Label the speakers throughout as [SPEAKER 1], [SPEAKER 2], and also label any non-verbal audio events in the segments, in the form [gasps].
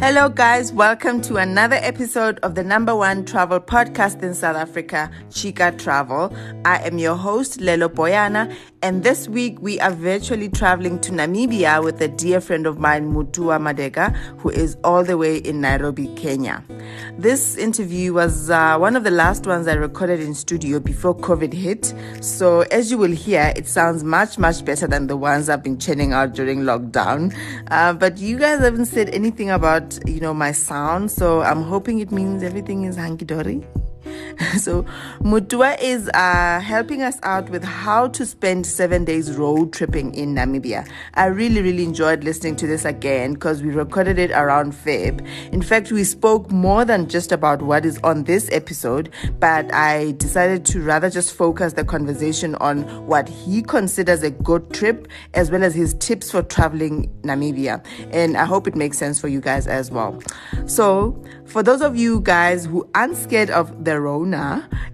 [SPEAKER 1] Hello, guys. Welcome to another episode of the number one travel podcast in South Africa, Chica Travel. I am your host, Lelo Boyana, and this week we are virtually traveling to Namibia with a dear friend of mine, Mutua Madega, who is all the way in Nairobi, Kenya. This interview was uh, one of the last ones I recorded in studio before COVID hit. So, as you will hear, it sounds much, much better than the ones I've been churning out during lockdown. Uh, but you guys haven't said anything about, you know, my sound. So, I'm hoping it means everything is hunky dory. [laughs] So Mutua is uh, helping us out with how to spend seven days road tripping in Namibia. I really, really enjoyed listening to this again because we recorded it around Feb. In fact, we spoke more than just about what is on this episode, but I decided to rather just focus the conversation on what he considers a good trip as well as his tips for traveling Namibia. And I hope it makes sense for you guys as well. So, for those of you guys who aren't scared of the Rona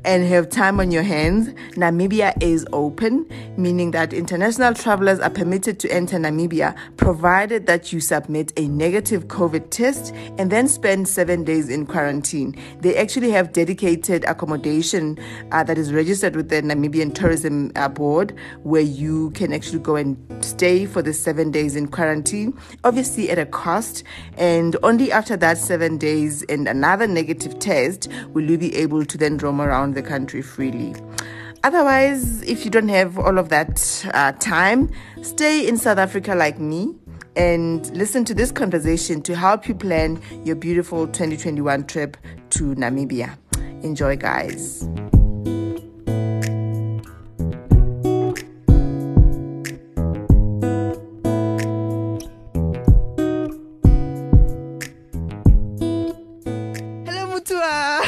[SPEAKER 1] and have time on your hands, Namibia is open, meaning that international travelers are permitted to enter Namibia provided that you submit a negative COVID test and then spend seven days in quarantine. They actually have dedicated accommodation uh, that is registered with the Namibian Tourism uh, Board where you can actually go and stay for the seven days in quarantine, obviously at a cost. And only after that seven days and another negative test will you be able to then roam around the country freely. Otherwise, if you don't have all of that uh, time, stay in South Africa like me and listen to this conversation to help you plan your beautiful 2021 trip to Namibia. Enjoy, guys. Hello, Mutua.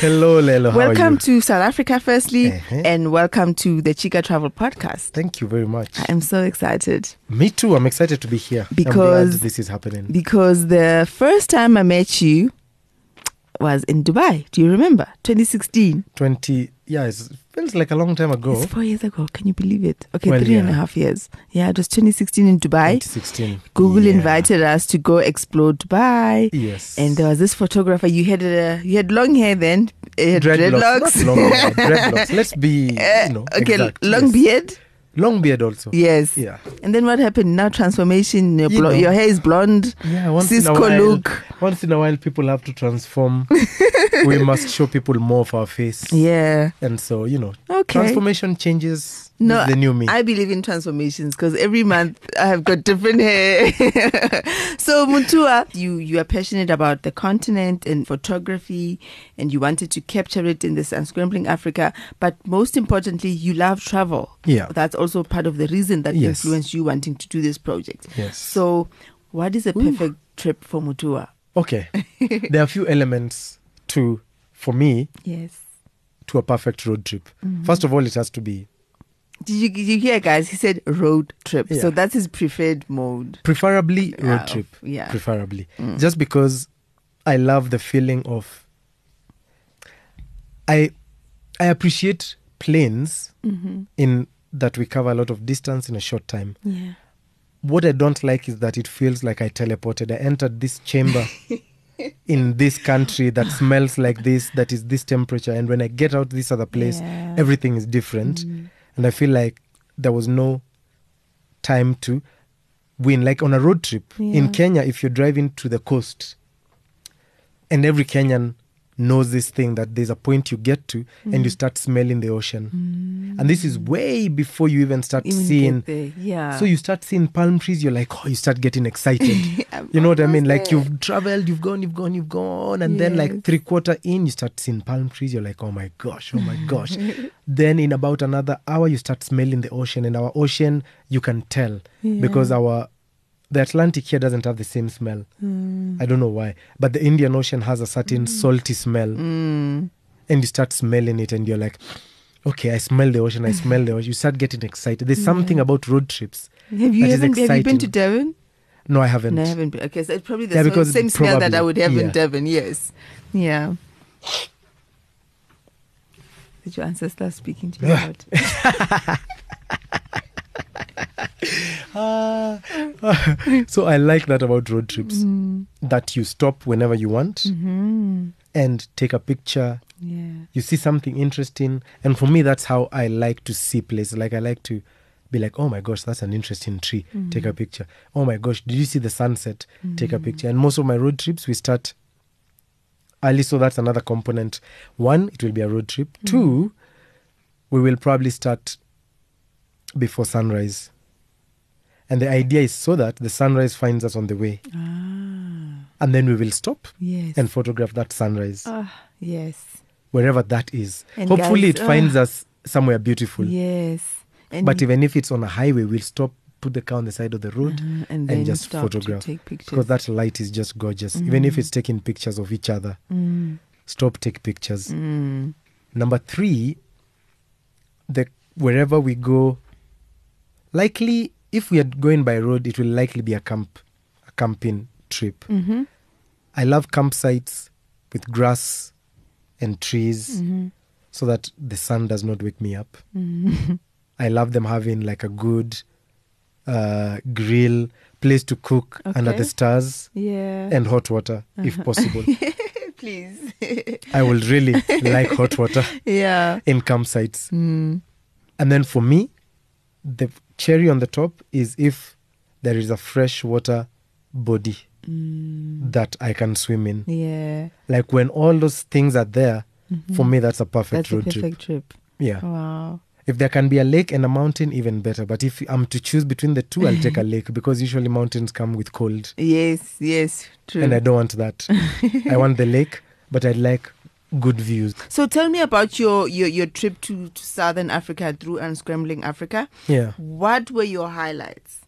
[SPEAKER 2] Hello, Lelo. How Are
[SPEAKER 1] Welcome
[SPEAKER 2] you?
[SPEAKER 1] to South Africa, firstly,
[SPEAKER 2] Uh-huh.
[SPEAKER 1] and welcome to the Chica Travel Podcast.
[SPEAKER 2] Thank you very much.
[SPEAKER 1] I'm so excited
[SPEAKER 2] Me too. I'm excited to be here. I'm
[SPEAKER 1] Because-
[SPEAKER 2] glad this is happening.
[SPEAKER 1] because the first time I met you was in Dubai. Do you remember? 2016.
[SPEAKER 2] Twenty. Yeah, it feels like a long time ago.
[SPEAKER 1] It's four years ago. Can you believe it? Okay,
[SPEAKER 2] Oh. Well,
[SPEAKER 1] three and a
[SPEAKER 2] yeah.
[SPEAKER 1] half years. Yeah, it was 2016 in Dubai.
[SPEAKER 2] 2016.
[SPEAKER 1] Google
[SPEAKER 2] Yeah.
[SPEAKER 1] invited us to go explore Dubai.
[SPEAKER 2] Yes.
[SPEAKER 1] And there was this photographer. You had uh, you had long hair then. Uh,
[SPEAKER 2] Not long
[SPEAKER 1] [laughs]
[SPEAKER 2] hair, dreadlocks. Let's be.
[SPEAKER 1] Uh,
[SPEAKER 2] You know,
[SPEAKER 1] okay,
[SPEAKER 2] exact.
[SPEAKER 1] long
[SPEAKER 2] yes.
[SPEAKER 1] beard.
[SPEAKER 2] Long beard also.
[SPEAKER 1] Yes.
[SPEAKER 2] Yeah.
[SPEAKER 1] And then what happened? Now transformation. Your,
[SPEAKER 2] You
[SPEAKER 1] blo-
[SPEAKER 2] know.
[SPEAKER 1] your hair is blonde.
[SPEAKER 2] Yeah. Once in
[SPEAKER 1] Cisco
[SPEAKER 2] a while.
[SPEAKER 1] look.
[SPEAKER 2] Once in a while, people have to
[SPEAKER 1] [laughs]
[SPEAKER 2] transform. we must show people more of our face.
[SPEAKER 1] Yeah.
[SPEAKER 2] And so you know,
[SPEAKER 1] Okay.
[SPEAKER 2] transformation changes.
[SPEAKER 1] No,
[SPEAKER 2] the new me.
[SPEAKER 1] I believe in transformations because every month I have got different hair. [laughs] so Mutua, you you are passionate about the continent and photography, and you wanted to capture it in this unscrambling Africa. But most importantly, you love travel.
[SPEAKER 2] Yeah.
[SPEAKER 1] that's also part of the reason that
[SPEAKER 2] Yes.
[SPEAKER 1] influenced you wanting to do this project.
[SPEAKER 2] Yes.
[SPEAKER 1] So, what is a perfect trip for Mutua?
[SPEAKER 2] Okay. there are a few elements to, for me,
[SPEAKER 1] Yes.
[SPEAKER 2] to a perfect road trip. First of all, it has to be
[SPEAKER 1] Did you, did you hear, guys? He said road trip. So
[SPEAKER 2] Yeah.
[SPEAKER 1] that's his preferred mode.
[SPEAKER 2] preferably
[SPEAKER 1] Yeah,
[SPEAKER 2] road trip.
[SPEAKER 1] yeah.
[SPEAKER 2] Preferably. Just because I love the feeling of I I appreciate planes in that we cover a lot of distance in a short time.
[SPEAKER 1] Yeah.
[SPEAKER 2] What I don't like is that it feels like I teleported. I entered this
[SPEAKER 1] [laughs]
[SPEAKER 2] chamber in this country that smells like this, that is this temperature. And when I get out this other place,
[SPEAKER 1] Yeah. Mm.
[SPEAKER 2] everything is different. And I feel like there was no time to win. Like on a road trip
[SPEAKER 1] Yeah.
[SPEAKER 2] in Kenya, if you're driving to the coast, and every Kenyan knows this thing that there's a point you get to and
[SPEAKER 1] Mm.
[SPEAKER 2] you start smelling the ocean. And this is way before you even start
[SPEAKER 1] Even get
[SPEAKER 2] seeing
[SPEAKER 1] there, yeah.
[SPEAKER 2] so you start seeing palm trees, you're like, oh, you start getting excited.
[SPEAKER 1] I'm
[SPEAKER 2] you know what I mean?
[SPEAKER 1] almost
[SPEAKER 2] Like
[SPEAKER 1] there.
[SPEAKER 2] you've traveled, you've gone, you've gone, you've gone, and then like three quarter in, you start seeing palm trees. You're like, oh my gosh, oh my gosh. then in about another hour, you start smelling the ocean, and our ocean, you can tell because our the Atlantic here doesn't have the same smell. I don't know why, but the Indian Ocean has a certain salty smell
[SPEAKER 1] Hmm.
[SPEAKER 2] and you start smelling it and you're like okay i smell the ocean i smell the ocean you start getting excited there's something about road trips
[SPEAKER 1] Have you
[SPEAKER 2] that is
[SPEAKER 1] haven't have you been to
[SPEAKER 2] exciting.
[SPEAKER 1] Devon?
[SPEAKER 2] no i haven't
[SPEAKER 1] No, I
[SPEAKER 2] [laughs]
[SPEAKER 1] haven't been. Okay, so it's probably the
[SPEAKER 2] Yeah,
[SPEAKER 1] smell-
[SPEAKER 2] because
[SPEAKER 1] same smell that I
[SPEAKER 2] probably,
[SPEAKER 1] would have in
[SPEAKER 2] yeah.
[SPEAKER 1] Devon. Yes, yeah. Did your ancestors speaking to you
[SPEAKER 2] Yeah.
[SPEAKER 1] about?
[SPEAKER 2] so i like that about road trips that you stop whenever you want and take a picture.
[SPEAKER 1] Yeah.
[SPEAKER 2] You see something interesting. And for me, that's how I like to see places. Like, I like to be like, oh my gosh, that's an interesting tree. Take a picture. Oh my gosh, did you see the sunset? Take a picture. And most of my road trips, we start early. So that's another component. One, it will be a road trip. Two, we will probably start before sunrise. And the idea is so that the sunrise finds us on the way. And then we will stop
[SPEAKER 1] Yes.
[SPEAKER 2] and photograph that sunrise,
[SPEAKER 1] Ah, yes.
[SPEAKER 2] wherever that is.
[SPEAKER 1] And
[SPEAKER 2] Hopefully,
[SPEAKER 1] guys,
[SPEAKER 2] it finds us somewhere beautiful.
[SPEAKER 1] Yes. And
[SPEAKER 2] But even if it's on a highway, we'll stop, put the car on the side of the road,
[SPEAKER 1] Uh-huh, and then
[SPEAKER 2] just
[SPEAKER 1] stop to
[SPEAKER 2] photograph.
[SPEAKER 1] take pictures. Mm-hmm.
[SPEAKER 2] Because that light is just gorgeous. Even if it's taking pictures of each other,
[SPEAKER 1] Mm.
[SPEAKER 2] stop, take pictures. Number three, the wherever we go, likely if we are going by road, it will likely be a camp, a camping trip. I love campsites with grass and trees so that the sun does not wake me up. I love them having like a good uh, grill, place to cook under
[SPEAKER 1] Okay.
[SPEAKER 2] the stars,
[SPEAKER 1] yeah.
[SPEAKER 2] and hot water if possible.
[SPEAKER 1] [laughs] Please. [laughs]
[SPEAKER 2] I will really like hot water
[SPEAKER 1] yeah.
[SPEAKER 2] in campsites.
[SPEAKER 1] Mm.
[SPEAKER 2] And then for me, the cherry on the top is if there is a freshwater body
[SPEAKER 1] Mm.
[SPEAKER 2] that I can swim in.
[SPEAKER 1] Yeah.
[SPEAKER 2] Like when all those things are there, for me, that's a perfect
[SPEAKER 1] Mm-hmm. That's a
[SPEAKER 2] road trip.
[SPEAKER 1] perfect Oh. trip.
[SPEAKER 2] Yeah.
[SPEAKER 1] Wow.
[SPEAKER 2] If there can be a lake and a mountain, even better. But if I'm to choose between the two, I'll
[SPEAKER 1] [laughs]
[SPEAKER 2] take a lake because usually mountains come with cold,
[SPEAKER 1] Yes. Yes. True.
[SPEAKER 2] and I don't want that. I want the lake, but I like good views.
[SPEAKER 1] So tell me about your your, your trip to, to Southern Africa through Unscrambling Africa.
[SPEAKER 2] Yeah.
[SPEAKER 1] What were your highlights?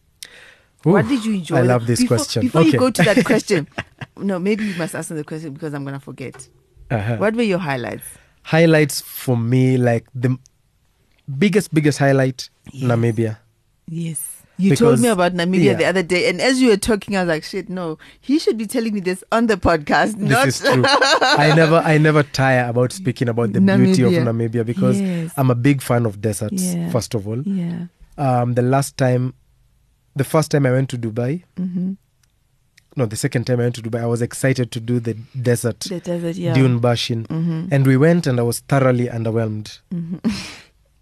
[SPEAKER 2] Ooh,
[SPEAKER 1] what did you enjoy?
[SPEAKER 2] I
[SPEAKER 1] the-
[SPEAKER 2] love this
[SPEAKER 1] before,
[SPEAKER 2] question.
[SPEAKER 1] Before
[SPEAKER 2] okay.
[SPEAKER 1] you go to
[SPEAKER 2] [laughs]
[SPEAKER 1] that question, no, maybe you must answer the question because I'm gonna forget.
[SPEAKER 2] Uh-huh.
[SPEAKER 1] What were your highlights?
[SPEAKER 2] Highlights for me, like the biggest, biggest highlight, Namibia.
[SPEAKER 1] Yes. You told
[SPEAKER 2] Because-
[SPEAKER 1] me about Namibia
[SPEAKER 2] yeah.
[SPEAKER 1] the other day, and as you were talking, I was like, "Shit, no! He should be telling me this on the podcast,
[SPEAKER 2] This
[SPEAKER 1] not [laughs]
[SPEAKER 2] is true. I never, I never tire about speaking about the beauty of
[SPEAKER 1] Namibia.
[SPEAKER 2] Namibia because
[SPEAKER 1] Yes.
[SPEAKER 2] I'm a big fan of deserts.
[SPEAKER 1] Yeah.
[SPEAKER 2] First of all,
[SPEAKER 1] yeah,
[SPEAKER 2] um, the last time, the first time I went to Dubai,
[SPEAKER 1] Mm-hmm.
[SPEAKER 2] no, the second time I went to Dubai, I was excited to do the desert
[SPEAKER 1] the desert, yeah, Mm-hmm.
[SPEAKER 2] dune bashing. And we went and I was thoroughly underwhelmed [laughs]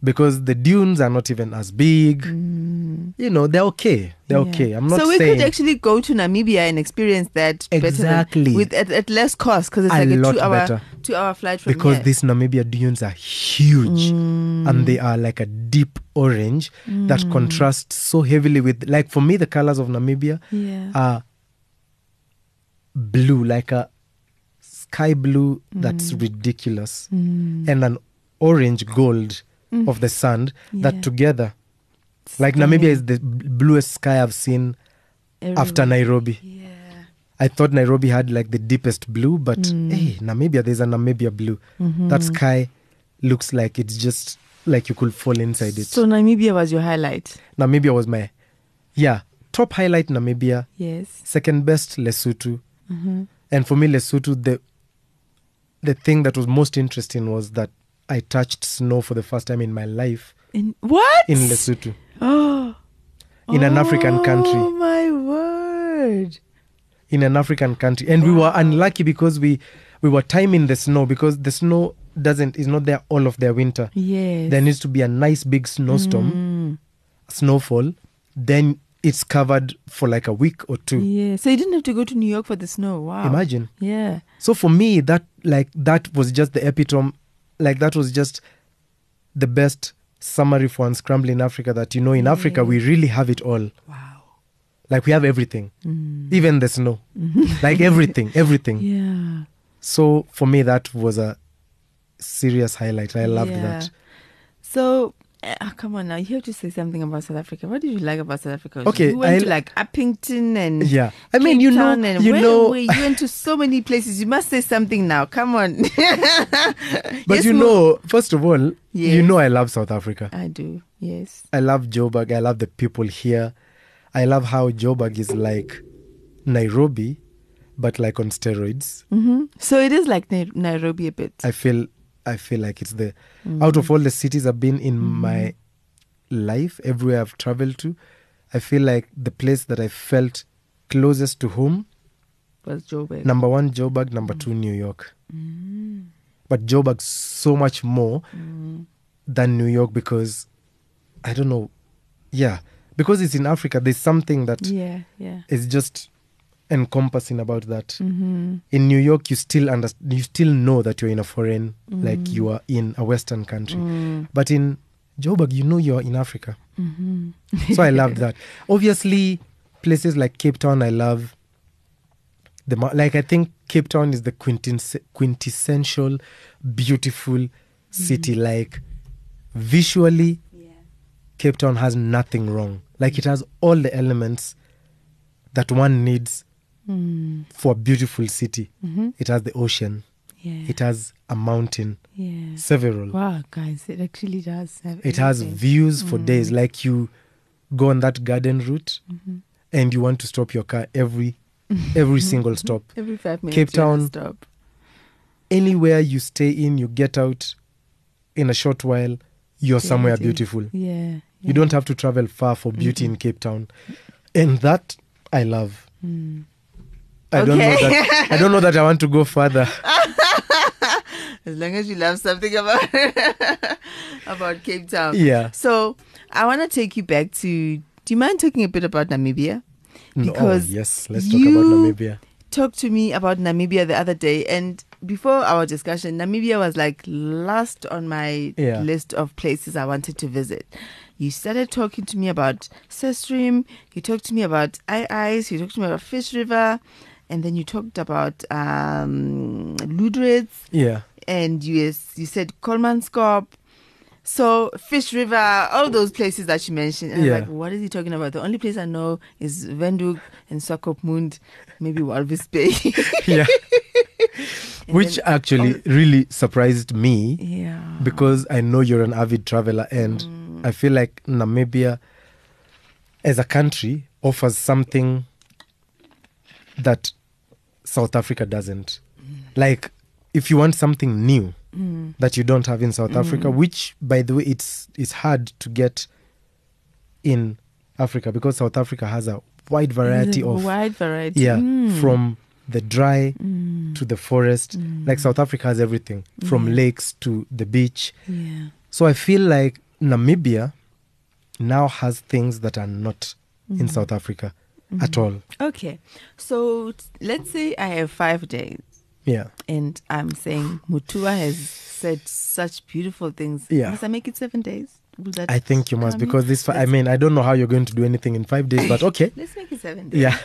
[SPEAKER 2] because the dunes are not even as big. You know, they're okay. They're
[SPEAKER 1] Mm. Yeah.
[SPEAKER 2] okay. I'm not
[SPEAKER 1] so we
[SPEAKER 2] saying
[SPEAKER 1] could actually go to Namibia and experience that better than-
[SPEAKER 2] Exactly.
[SPEAKER 1] with at, at less cost because it's
[SPEAKER 2] A
[SPEAKER 1] like a
[SPEAKER 2] lot
[SPEAKER 1] two hour
[SPEAKER 2] better.
[SPEAKER 1] two hour flight from
[SPEAKER 2] because
[SPEAKER 1] here.
[SPEAKER 2] these Namibia dunes are huge
[SPEAKER 1] Mm.
[SPEAKER 2] and they are like a deep orange that contrasts so heavily with, like, for me, the colors of Namibia
[SPEAKER 1] yeah,
[SPEAKER 2] are blue, like a sky blue that's
[SPEAKER 1] Mm.
[SPEAKER 2] ridiculous, and an orange gold of the sand
[SPEAKER 1] Mm-hmm. Yeah.
[SPEAKER 2] that together, like
[SPEAKER 1] Stunning.
[SPEAKER 2] Namibia is the b- bluest sky I've seen after
[SPEAKER 1] Everywhere.
[SPEAKER 2] Nairobi.
[SPEAKER 1] yeah,
[SPEAKER 2] I thought Nairobi had like the deepest blue, but
[SPEAKER 1] Mm.
[SPEAKER 2] hey, Namibia, there's a Namibia blue.
[SPEAKER 1] Mm-hmm.
[SPEAKER 2] That sky looks like it's just like you could fall inside it.
[SPEAKER 1] so Namibia was your highlight.
[SPEAKER 2] Namibia was my, yeah, top highlight Namibia.
[SPEAKER 1] Yes,
[SPEAKER 2] second best Lesotho.
[SPEAKER 1] Mm-hmm.
[SPEAKER 2] And for me, Lesotho, the the thing that was most interesting was that I touched snow for the first time in my life
[SPEAKER 1] in what [gasps]
[SPEAKER 2] in Lesotho,
[SPEAKER 1] Oh,
[SPEAKER 2] in an African
[SPEAKER 1] Oh
[SPEAKER 2] country,
[SPEAKER 1] my word!
[SPEAKER 2] in an African country. And we were unlucky because we we were timing the snow because the snow doesn't is not there all of their winter.
[SPEAKER 1] Yes, Mm.
[SPEAKER 2] There needs to be a nice big snowstorm, snowfall, then it's covered for like a week or two.
[SPEAKER 1] yeah. So you didn't have to go to New York for the snow. Wow.
[SPEAKER 2] Imagine.
[SPEAKER 1] Yeah.
[SPEAKER 2] So for me, that like that was just the epitome, like that was just the best summary for unscrambling Africa. That you know, in Africa we
[SPEAKER 1] Mm.
[SPEAKER 2] really have it all.
[SPEAKER 1] Wow.
[SPEAKER 2] Like we have everything, even
[SPEAKER 1] [laughs]
[SPEAKER 2] the snow, like everything, everything.
[SPEAKER 1] Mm. Yeah.
[SPEAKER 2] So for me, that was a serious highlight. I loved
[SPEAKER 1] Yeah.
[SPEAKER 2] that.
[SPEAKER 1] So, uh, come on now, you have to say something about South Africa. What did you like about South Africa?
[SPEAKER 2] Okay,
[SPEAKER 1] you went
[SPEAKER 2] I-
[SPEAKER 1] to like Uppington and
[SPEAKER 2] Yeah, I mean, you
[SPEAKER 1] Cape
[SPEAKER 2] know,
[SPEAKER 1] Town and
[SPEAKER 2] you
[SPEAKER 1] where
[SPEAKER 2] know,
[SPEAKER 1] were you? You went to so many places. You must say something now. Come on. [laughs]
[SPEAKER 2] but
[SPEAKER 1] Yes,
[SPEAKER 2] you
[SPEAKER 1] Mo-
[SPEAKER 2] know, first of all, you
[SPEAKER 1] Yes.
[SPEAKER 2] know, I love South Africa.
[SPEAKER 1] I do. Yes.
[SPEAKER 2] I love Joburg. I love the people here. I love how Joburg is like Nairobi, but like on steroids.
[SPEAKER 1] hmm So it is like Nai- Nairobi a bit.
[SPEAKER 2] Mm-hmm. I feel I feel like it's the out of all the cities I've been in my life, everywhere I've traveled to, I feel like the place that I felt closest to home
[SPEAKER 3] was Joburg?
[SPEAKER 2] Number one, Joburg. Number two, New York. But Joburg so much more than New York because I don't know. Yeah, because it's in Africa. There's something that is
[SPEAKER 3] Yeah, yeah.
[SPEAKER 2] just encompassing about that. In New York, you still under, you still know that you're in a foreign, like you are in a Western country. But in Joburg, you know you're in Africa. so I loved that. Obviously, places like Cape Town, I love. The mo- like, I think Cape Town is the quintess- quintessential, beautiful city. Like, visually, Cape Town has nothing wrong. Like, it has all the elements that one needs
[SPEAKER 1] Mm-hmm.
[SPEAKER 2] for a beautiful city. It has the ocean.
[SPEAKER 3] Yeah.
[SPEAKER 2] It has a mountain,
[SPEAKER 3] yeah.
[SPEAKER 2] several.
[SPEAKER 3] Wow, guys, it actually does have
[SPEAKER 2] It has
[SPEAKER 3] everything.
[SPEAKER 2] views for days. Like you go on that garden route
[SPEAKER 1] Mm-hmm.
[SPEAKER 2] and you want to stop your car every every single stop.
[SPEAKER 3] every five minutes.
[SPEAKER 2] Cape
[SPEAKER 3] you have to
[SPEAKER 2] Town.
[SPEAKER 3] Stop.
[SPEAKER 2] Anywhere you stay in, you get out in a short while, you're somewhere
[SPEAKER 3] Beauty.
[SPEAKER 2] beautiful.
[SPEAKER 3] Yeah.
[SPEAKER 2] You don't have to travel far for beauty in Cape Town. And that I love. I don't know
[SPEAKER 1] Okay.
[SPEAKER 2] that I don't know that I want to go further.
[SPEAKER 1] As long as you love something about [laughs] about Cape Town.
[SPEAKER 2] Yeah.
[SPEAKER 1] So I want to take you back to. Do you mind talking a bit about Namibia?
[SPEAKER 2] No, oh,
[SPEAKER 1] Because
[SPEAKER 2] yes, let's talk
[SPEAKER 1] you-
[SPEAKER 2] about Namibia.
[SPEAKER 1] Talked to me about Namibia the other day, and before our discussion, Namibia was like last on my
[SPEAKER 2] Yeah.
[SPEAKER 1] list of places I wanted to visit. You started talking to me about Sestream, you talked to me about Ice, you talked to me about Fish River, and then you talked about um, Ludritz
[SPEAKER 2] Yeah.
[SPEAKER 1] and you you said Kolmanskop, so Fish River, all those places that you mentioned. And
[SPEAKER 2] Yeah.
[SPEAKER 1] I'm like, what is he talking about? The only place I know is Venduk and Swakopmund, maybe Walvis Bay. [laughs]
[SPEAKER 2] Yeah. Which actually
[SPEAKER 1] um,
[SPEAKER 2] really surprised me.
[SPEAKER 1] yeah.
[SPEAKER 2] because I know you're an avid traveler, and
[SPEAKER 3] Mm.
[SPEAKER 2] I feel like Namibia, as a country, offers something that South Africa doesn't.
[SPEAKER 3] Mm.
[SPEAKER 2] Like, if you want something new that you don't have in South
[SPEAKER 3] Mm.
[SPEAKER 2] Africa, which, by the way, it's it's hard to get in Africa because South Africa has a wide variety
[SPEAKER 3] There's a
[SPEAKER 2] of
[SPEAKER 3] wide variety.
[SPEAKER 2] yeah,
[SPEAKER 3] Mm.
[SPEAKER 2] from the dry to the forest.
[SPEAKER 3] Mm.
[SPEAKER 2] Like South Africa has everything from lakes to the beach.
[SPEAKER 3] Yeah.
[SPEAKER 2] So I feel like Namibia now has things that are not in South Africa at all.
[SPEAKER 1] Okay. So t- let's say I have five days,
[SPEAKER 2] Yeah.
[SPEAKER 1] and I'm saying Mutua has said such beautiful things.
[SPEAKER 2] Yeah.
[SPEAKER 1] Must I make it seven days? Will that
[SPEAKER 2] I think you must
[SPEAKER 1] come in?
[SPEAKER 2] because this, fi- I
[SPEAKER 1] Let's-
[SPEAKER 2] mean, I don't know how you're going to do anything in five days, but okay.
[SPEAKER 1] Let's make it seven days.
[SPEAKER 2] yeah.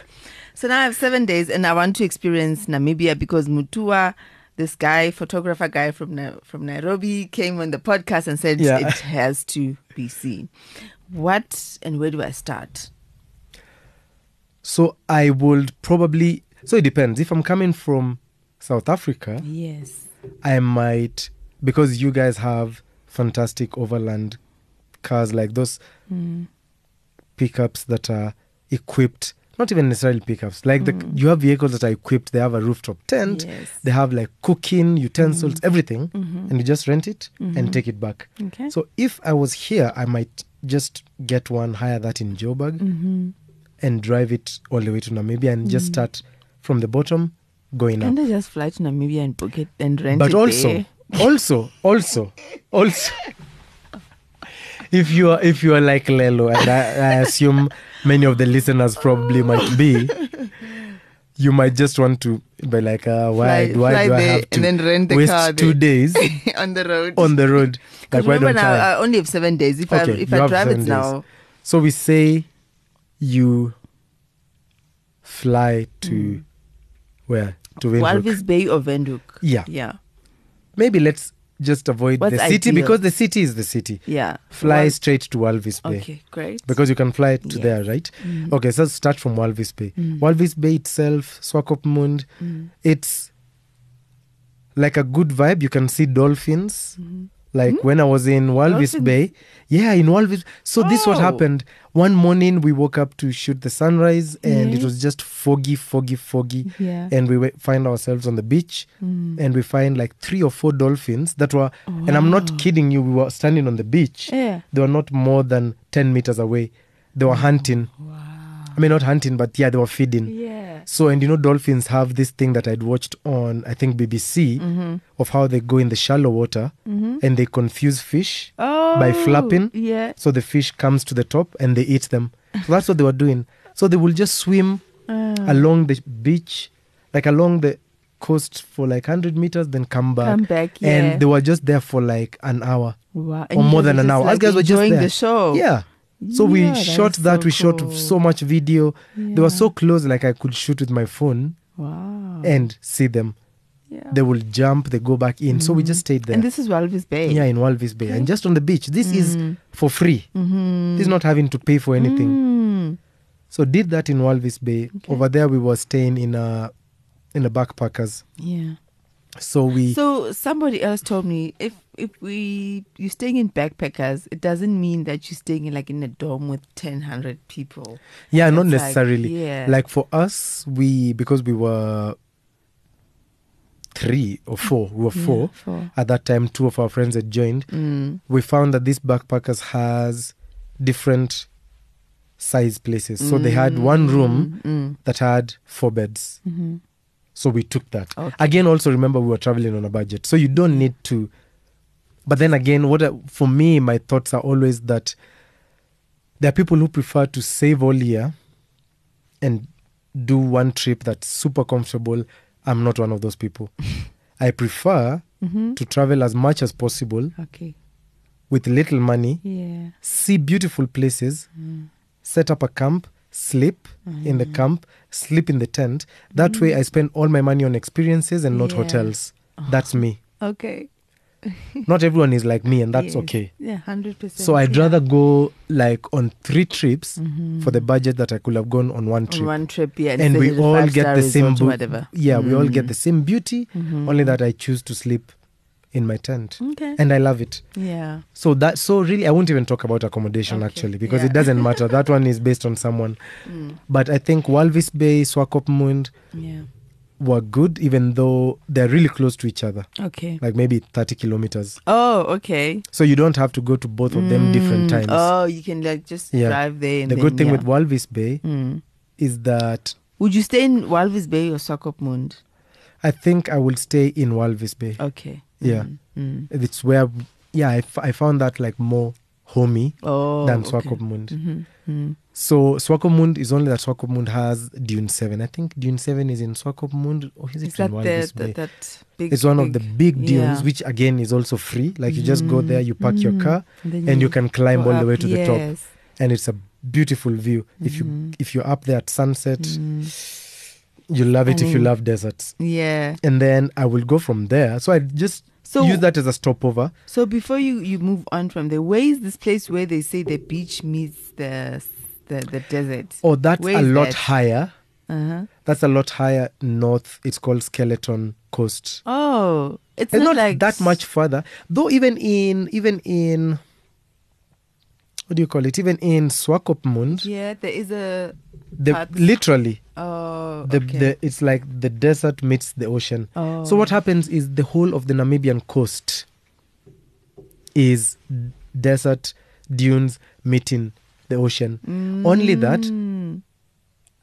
[SPEAKER 1] So now I have seven days, and I want to experience Namibia because Mutua, this guy, photographer guy from Na- from Nairobi, came on the podcast and said
[SPEAKER 2] Yeah.
[SPEAKER 1] it has to be seen. What and where do I start?
[SPEAKER 2] So I would probably, so it depends. If I'm coming from South Africa,
[SPEAKER 3] Yes.
[SPEAKER 2] I might because you guys have fantastic overland cars like those pickups that are equipped not even necessarily pickups like the you have vehicles that are equipped they have a rooftop tent
[SPEAKER 3] Yes.
[SPEAKER 2] they have like cooking utensils everything and you just rent it and take it back
[SPEAKER 3] Okay.
[SPEAKER 2] so if i was here i might just get one hire that in joburg and drive it all the way to namibia and just start from the bottom going up
[SPEAKER 3] Can't I just fly to Namibia and book it and rent
[SPEAKER 2] but
[SPEAKER 3] it
[SPEAKER 2] also
[SPEAKER 3] there?
[SPEAKER 2] also also also if you are if you are like lelo and I, I assume many of the listeners probably might be you might just want to be like uh, why
[SPEAKER 1] Fly-
[SPEAKER 2] why
[SPEAKER 1] fly
[SPEAKER 2] do i
[SPEAKER 1] there
[SPEAKER 2] have to
[SPEAKER 1] and then rent the
[SPEAKER 2] waste
[SPEAKER 1] car
[SPEAKER 2] two
[SPEAKER 1] there." [laughs]
[SPEAKER 2] days
[SPEAKER 1] on the road.
[SPEAKER 2] on
[SPEAKER 1] [laughs]
[SPEAKER 2] the road like why
[SPEAKER 1] remember
[SPEAKER 2] don't
[SPEAKER 1] now,
[SPEAKER 2] i
[SPEAKER 1] I only have seven days. If I if
[SPEAKER 2] you
[SPEAKER 1] I
[SPEAKER 2] have
[SPEAKER 1] drive it
[SPEAKER 2] seven days.
[SPEAKER 1] now,
[SPEAKER 2] So we say you fly to where to Windhoek.
[SPEAKER 1] Walvis Bay or Venduk.
[SPEAKER 2] Yeah.
[SPEAKER 1] yeah,
[SPEAKER 2] Maybe let's just avoid
[SPEAKER 3] What's
[SPEAKER 2] the city
[SPEAKER 3] ideal?
[SPEAKER 2] because the city is the city.
[SPEAKER 1] yeah.
[SPEAKER 2] Fly straight to Walvis Bay
[SPEAKER 1] Okay, great.
[SPEAKER 2] because you can fly to
[SPEAKER 1] Yes.
[SPEAKER 2] there, right?
[SPEAKER 3] Mm.
[SPEAKER 2] Okay, so start from Walvis Bay. Walvis Bay itself, Swakopmund,
[SPEAKER 3] Mm.
[SPEAKER 2] it's like a good vibe. You can see dolphins. Like when I was in Walvis
[SPEAKER 3] Mm-hmm. Dolphins?
[SPEAKER 2] Bay, yeah, in Walvis. So this what
[SPEAKER 3] Oh.
[SPEAKER 2] happened. One morning we woke up to shoot the sunrise, and it
[SPEAKER 3] Yes.
[SPEAKER 2] was just foggy, foggy, foggy.
[SPEAKER 3] Yeah. Mm.
[SPEAKER 2] And we wa- find ourselves on the beach, and we find like three or four dolphins that were. And I'm not kidding you. We were standing on the beach
[SPEAKER 3] Oh. Yeah.
[SPEAKER 2] they were not more than 10 meters away. They were hunting. I mean, not hunting, but yeah, they were feeding.
[SPEAKER 3] Yeah.
[SPEAKER 1] Yeah.
[SPEAKER 2] So, and you know, dolphins have this thing that I'd watched on, I think, BBC,
[SPEAKER 1] Mm-hmm.
[SPEAKER 2] of how they go in the shallow water and they confuse fish
[SPEAKER 1] Oh.
[SPEAKER 2] by flapping.
[SPEAKER 1] Yeah.
[SPEAKER 2] So the fish comes to the top and they eat them. So that's what they were doing. So they will just swim
[SPEAKER 1] Oh.
[SPEAKER 2] along the beach, like along the coast for like 100 meters, then come back.
[SPEAKER 1] Come back, yeah.
[SPEAKER 2] And they were just there for like an hour
[SPEAKER 1] Wow.
[SPEAKER 2] or more than an hour.
[SPEAKER 1] As
[SPEAKER 2] Us guys were just
[SPEAKER 1] enjoying
[SPEAKER 2] there.
[SPEAKER 1] the show.
[SPEAKER 2] Yeah. So
[SPEAKER 1] Oh. Yeah,
[SPEAKER 2] we
[SPEAKER 1] that
[SPEAKER 2] shot
[SPEAKER 1] is
[SPEAKER 2] that.
[SPEAKER 1] so
[SPEAKER 2] we
[SPEAKER 1] cool.
[SPEAKER 2] shot so much video. They
[SPEAKER 1] Yeah. Oh.
[SPEAKER 2] were so close, like I could shoot with my phone
[SPEAKER 1] Wow.
[SPEAKER 2] and see them.
[SPEAKER 1] yeah.
[SPEAKER 2] They will jump. They go back in. So we just stayed there.
[SPEAKER 1] Mm. And this is Walvis Bay.
[SPEAKER 2] yeah, in Walvis Bay, and just on the beach. This is for free. This is not having to pay for anything.
[SPEAKER 1] Mm-hmm. Mm.
[SPEAKER 2] So did that in Walvis Bay. Over there, we were staying in a in a backpackers.
[SPEAKER 1] Yeah.
[SPEAKER 2] So we
[SPEAKER 1] So somebody else told me if if we you're staying in backpackers, it doesn't mean that you're staying in like in a dorm with ten hundred people.
[SPEAKER 2] yeah, Uh, not
[SPEAKER 1] It's like,
[SPEAKER 2] necessarily.
[SPEAKER 1] yeah.
[SPEAKER 2] Like for us, we because we were three or four. We were four.
[SPEAKER 1] four.
[SPEAKER 2] At that time, two of our friends had joined.
[SPEAKER 1] Mm.
[SPEAKER 2] we found that this backpackers has different size places. So they had one
[SPEAKER 1] Mm.
[SPEAKER 2] room that had four beds. So we took that.
[SPEAKER 1] Okay.
[SPEAKER 2] Again, also remember we were traveling on a budget. So you don't need to. But then again, what I, for me, my thoughts are always that there are people who prefer to save all year and do one trip that's super comfortable. I'm not one of those people. I prefer to travel as much as possible
[SPEAKER 1] Okay.
[SPEAKER 2] with little money,
[SPEAKER 1] Yeah.
[SPEAKER 2] see beautiful places, set up a camp, sleep in the camp, sleep in the tent. That way, I spend all my money on experiences and not
[SPEAKER 1] Yeah.
[SPEAKER 2] hotels. That's me.
[SPEAKER 1] Okay.
[SPEAKER 2] Not everyone is like me, and that's okay.
[SPEAKER 1] Yeah, hundred percent.
[SPEAKER 2] So I'd rather go like on three trips for the budget that I could have gone on one trip.
[SPEAKER 1] one trip, yeah,
[SPEAKER 2] and we all get the same
[SPEAKER 1] book.
[SPEAKER 2] bu-
[SPEAKER 1] whatever. Mm.
[SPEAKER 2] yeah we all get the same beauty only that i choose to sleep in my tent
[SPEAKER 1] Okay.
[SPEAKER 2] and i love it
[SPEAKER 1] yeah.
[SPEAKER 2] So that so really I won't even talk about accommodation
[SPEAKER 1] Okay,
[SPEAKER 2] actually because
[SPEAKER 1] yeah. Mm.
[SPEAKER 2] it doesn't matter. that one is based on someone. But I think Walvis Bay, Swakopmund
[SPEAKER 1] Yeah.
[SPEAKER 2] were good even though they're really close to each other.
[SPEAKER 1] Okay.
[SPEAKER 2] Like maybe 30 kilometers.
[SPEAKER 1] Oh, okay.
[SPEAKER 2] So you don't have to go to both of them different times.
[SPEAKER 1] Oh, you can like just
[SPEAKER 2] Yeah.
[SPEAKER 1] drive there. And
[SPEAKER 2] the
[SPEAKER 1] then,
[SPEAKER 2] good thing
[SPEAKER 1] yeah.
[SPEAKER 2] with Walvis Bay
[SPEAKER 1] Mm.
[SPEAKER 2] is that
[SPEAKER 1] Would you stay in Walvis Bay or Swakopmund?
[SPEAKER 2] I think I will stay in Walvis Bay.
[SPEAKER 1] Okay.
[SPEAKER 2] Yeah.
[SPEAKER 1] Mm.
[SPEAKER 2] It's where yeah, I, f- I found that like more homey
[SPEAKER 1] Oh.
[SPEAKER 2] than
[SPEAKER 1] okay.
[SPEAKER 2] Swakopmund.
[SPEAKER 1] Mhm. Mm.
[SPEAKER 2] So Swakopmund is only that Swakopmund has Dune Seven. I think Dune Seven is in Swakopmund, or is it
[SPEAKER 1] Is that
[SPEAKER 2] in
[SPEAKER 1] the,
[SPEAKER 2] Walvis Bay?
[SPEAKER 1] that that big?
[SPEAKER 2] It's one of the big dunes,
[SPEAKER 1] yeah. Mm.
[SPEAKER 2] which again is also free. Like you just go there, you park your car, and you can climb all the way to the top, and it's a beautiful view. If
[SPEAKER 1] Mm.
[SPEAKER 2] you if you're up there at sunset, you love it.
[SPEAKER 1] I
[SPEAKER 2] if you
[SPEAKER 1] mean-
[SPEAKER 2] love deserts,
[SPEAKER 1] Yeah.
[SPEAKER 2] and then I will go from there. So I just
[SPEAKER 1] So-
[SPEAKER 2] use that as a stopover.
[SPEAKER 1] So before you you move on from there, where is this place where they say the beach meets the the, the desert?
[SPEAKER 2] Oh, that's
[SPEAKER 1] Where
[SPEAKER 2] a
[SPEAKER 1] is
[SPEAKER 2] lot
[SPEAKER 1] that?
[SPEAKER 2] higher.
[SPEAKER 1] Uh-huh.
[SPEAKER 2] That's a lot higher north. It's called Skeleton Coast.
[SPEAKER 1] Oh, it's,
[SPEAKER 2] it's not,
[SPEAKER 1] like
[SPEAKER 2] that much further though even in even in what do you call it even in swakopmund
[SPEAKER 1] Yeah, there is a.
[SPEAKER 2] the
[SPEAKER 1] parts-
[SPEAKER 2] literally
[SPEAKER 1] Oh,
[SPEAKER 2] the,
[SPEAKER 1] okay.
[SPEAKER 2] the it's like the desert meets the ocean
[SPEAKER 1] Oh.
[SPEAKER 2] so what happens is the whole of the namibian coast is desert dunes meeting the ocean only that
[SPEAKER 1] Mm.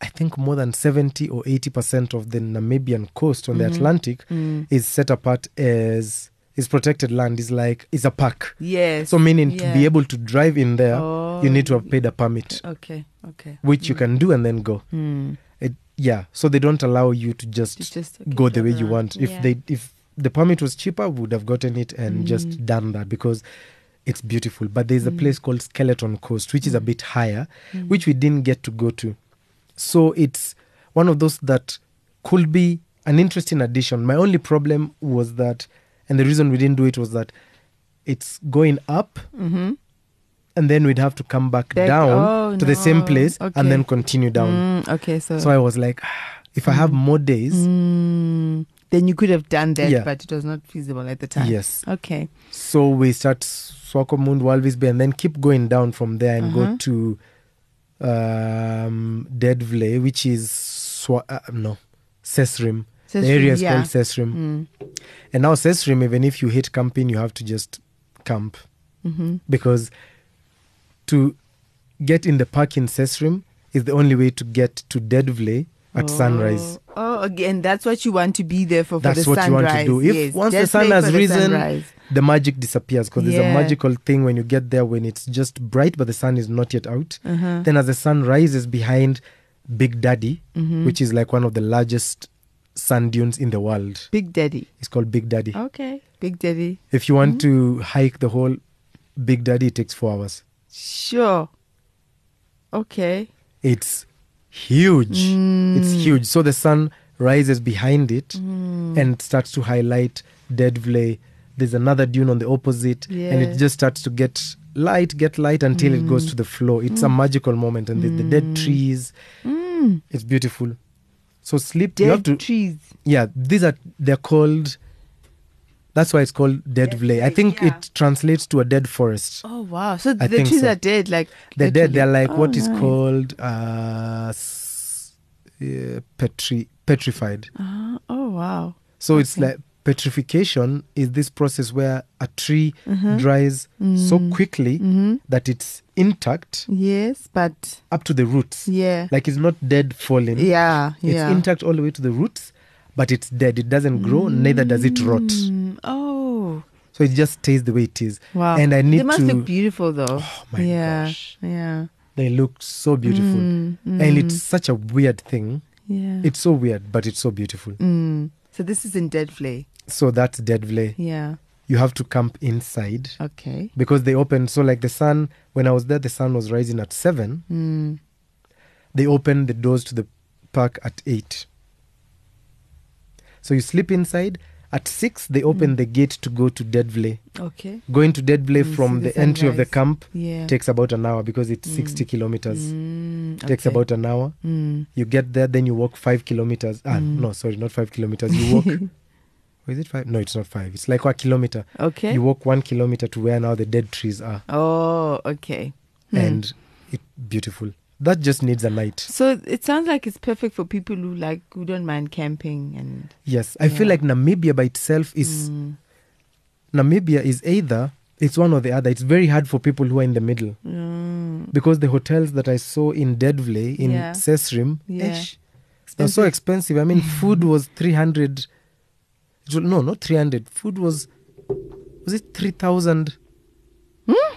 [SPEAKER 2] I think more than 70 or 80% of the Namibian coast on the
[SPEAKER 1] Mm-hmm.
[SPEAKER 2] Atlantic
[SPEAKER 1] Mm.
[SPEAKER 2] is set apart as is protected land is like is a park.
[SPEAKER 1] Yes.
[SPEAKER 2] So meaning to be
[SPEAKER 1] yeah.
[SPEAKER 2] able to drive in there, you need to
[SPEAKER 1] Oh.
[SPEAKER 2] have paid a permit,
[SPEAKER 1] Okay. Okay.
[SPEAKER 2] which you can do and then go.
[SPEAKER 1] Mm.
[SPEAKER 2] It, yeah, so they don't allow you to
[SPEAKER 1] To
[SPEAKER 2] just
[SPEAKER 1] just
[SPEAKER 2] go the way you
[SPEAKER 1] around.
[SPEAKER 2] want. If
[SPEAKER 1] Yeah. Hmm.
[SPEAKER 2] they if the permit was cheaper, we would have gotten it and just done that because it's beautiful. But there's a place called Skeleton Coast, which is
[SPEAKER 1] Hmm.
[SPEAKER 2] a bit higher, which we didn't get to go to. So it's one of those that could be an interesting addition. My only problem was that, and the reason we didn't do it was that it's going up. And then we'd have to come back,
[SPEAKER 1] Back-
[SPEAKER 2] down
[SPEAKER 1] oh,
[SPEAKER 2] to the same
[SPEAKER 1] no.
[SPEAKER 2] place
[SPEAKER 1] Okay.
[SPEAKER 2] and then continue down.
[SPEAKER 1] Mm, okay, so,
[SPEAKER 2] So I was like, "Ah, if I have more days,
[SPEAKER 1] mm, then you could have done that,
[SPEAKER 2] Yeah.
[SPEAKER 1] but it was not feasible at the time.
[SPEAKER 2] Yes.
[SPEAKER 1] Okay.
[SPEAKER 2] so we start Swakopmund, Walvis Bay, and then keep going down from there and
[SPEAKER 1] Uh-huh.
[SPEAKER 2] go to um, Deadvley, which is Swa- uh, no Sesrim.
[SPEAKER 1] Sesrim,
[SPEAKER 2] the area is
[SPEAKER 1] yeah. Mm.
[SPEAKER 2] called Sesrim, and now Sesrim. Even if you hate camping, you have to just camp
[SPEAKER 1] Mm-hmm.
[SPEAKER 2] because to get in the park in Sesrim is the only way to get to Deadvley at sunrise.
[SPEAKER 1] Oh, again, that's what you want to be there for. for
[SPEAKER 2] That's
[SPEAKER 1] the
[SPEAKER 2] what you
[SPEAKER 1] sunrise.
[SPEAKER 2] want to do. If
[SPEAKER 1] yes.
[SPEAKER 2] once
[SPEAKER 1] Just
[SPEAKER 2] the sun
[SPEAKER 1] wait
[SPEAKER 2] has
[SPEAKER 1] for the
[SPEAKER 2] risen,
[SPEAKER 1] sunrise.
[SPEAKER 2] the magic disappears because there's
[SPEAKER 1] Yeah.
[SPEAKER 2] a magical thing when you get there when it's just bright but the sun is not yet out. Then as the sun rises behind Big Daddy, which is like one of the largest sand dunes in the world,
[SPEAKER 1] Big Daddy.
[SPEAKER 2] it's called Big Daddy.
[SPEAKER 1] Okay, Big Daddy.
[SPEAKER 2] If you want to hike the whole Big Daddy, it takes four hours.
[SPEAKER 1] Sure. Okay.
[SPEAKER 2] It's huge. It's huge. So the sun rises behind it and starts to highlight Dead Vley. There's another dune on the opposite, and
[SPEAKER 1] Yeah.
[SPEAKER 2] it just starts to get light, get light until it goes to the floor. It's a magical moment, and the, the dead trees. It's beautiful. So sleep. you have
[SPEAKER 1] Dead
[SPEAKER 2] to.
[SPEAKER 1] trees.
[SPEAKER 2] yeah, these are they're called. That's why it's called dead,
[SPEAKER 4] Dead
[SPEAKER 2] vley. I
[SPEAKER 4] Vley,
[SPEAKER 2] think
[SPEAKER 4] yeah.
[SPEAKER 2] it translates to a dead forest.
[SPEAKER 1] Oh wow! So
[SPEAKER 2] I
[SPEAKER 1] the
[SPEAKER 2] think
[SPEAKER 1] trees
[SPEAKER 2] so.
[SPEAKER 1] are dead. Like
[SPEAKER 2] They're dead. They're like
[SPEAKER 1] what
[SPEAKER 2] what
[SPEAKER 1] is
[SPEAKER 2] is called uh, s- yeah, petri- petrified.
[SPEAKER 1] Ah, oh wow!
[SPEAKER 2] So it's like petrification is this process where a tree
[SPEAKER 1] Mm-hmm.
[SPEAKER 2] dries so quickly that it's intact
[SPEAKER 1] Yes, but
[SPEAKER 2] up to the roots.
[SPEAKER 1] yeah,
[SPEAKER 2] Like it's not dead falling.
[SPEAKER 1] yeah,
[SPEAKER 2] It's
[SPEAKER 1] yeah.
[SPEAKER 2] intact all the way to the roots, but it's dead. It doesn't grow, neither does it rot.
[SPEAKER 1] Mm, oh
[SPEAKER 2] So it just stays the way it is.
[SPEAKER 1] wow!
[SPEAKER 2] And I
[SPEAKER 1] They
[SPEAKER 2] need
[SPEAKER 1] must
[SPEAKER 2] to.
[SPEAKER 1] look beautiful though.
[SPEAKER 2] Oh my
[SPEAKER 1] yeah, Mm.
[SPEAKER 2] gosh.
[SPEAKER 1] yeah,
[SPEAKER 2] They look so beautiful. And it's such a weird thing.
[SPEAKER 1] yeah.
[SPEAKER 2] It's so weird, but it's so beautiful.
[SPEAKER 1] mm. So this is in dead flay.
[SPEAKER 2] So that's dead vley.
[SPEAKER 1] Yeah.
[SPEAKER 2] You have to camp inside.
[SPEAKER 1] Okay.
[SPEAKER 2] because they opened so like the sun when i was there the sun was rising at 7
[SPEAKER 1] Mm.
[SPEAKER 2] they opened the doors to the park at 8 so you sleep inside at 6
[SPEAKER 1] Hmm.
[SPEAKER 2] they open the gate to go to deadvley
[SPEAKER 1] Okay.
[SPEAKER 2] going to deadvley
[SPEAKER 1] Mm,
[SPEAKER 2] from
[SPEAKER 1] see
[SPEAKER 2] the,
[SPEAKER 1] the
[SPEAKER 2] entry of the
[SPEAKER 1] sunrise.
[SPEAKER 2] camp
[SPEAKER 1] Yeah.
[SPEAKER 2] takes about an hour because it's 60 kilometers
[SPEAKER 1] Mm,
[SPEAKER 2] takes
[SPEAKER 1] okay.
[SPEAKER 2] about an hour
[SPEAKER 1] Mm.
[SPEAKER 2] you get there then you walk 5 kilometers ah
[SPEAKER 1] Hmm.
[SPEAKER 2] no sorry not 5 kilometers
[SPEAKER 1] [laughs]
[SPEAKER 2] you walk Or is it 5 no it's not 5 it's like 1 kilometer
[SPEAKER 1] Okay.
[SPEAKER 2] you walk 1 kilometer to where now the dead trees are
[SPEAKER 1] oh, okay.
[SPEAKER 2] and it beautiful. That just needs a night.
[SPEAKER 1] So it sounds like it's perfect for people who like who don't mind camping and
[SPEAKER 2] Yes, I feel
[SPEAKER 1] Yeah.
[SPEAKER 2] like Namibia by itself is
[SPEAKER 1] Mm,
[SPEAKER 2] Namibia is either it's one or the other. It's very hard for people who are in the middle
[SPEAKER 1] mm,
[SPEAKER 2] because the hotels that I saw in Deadvley in
[SPEAKER 1] Yeah.
[SPEAKER 2] Sesrim,
[SPEAKER 1] Yeah.
[SPEAKER 2] esh, they were so expensive. I mean, food was three hundred. No, not three hundred. Food was was it three thousand?
[SPEAKER 1] Hmm?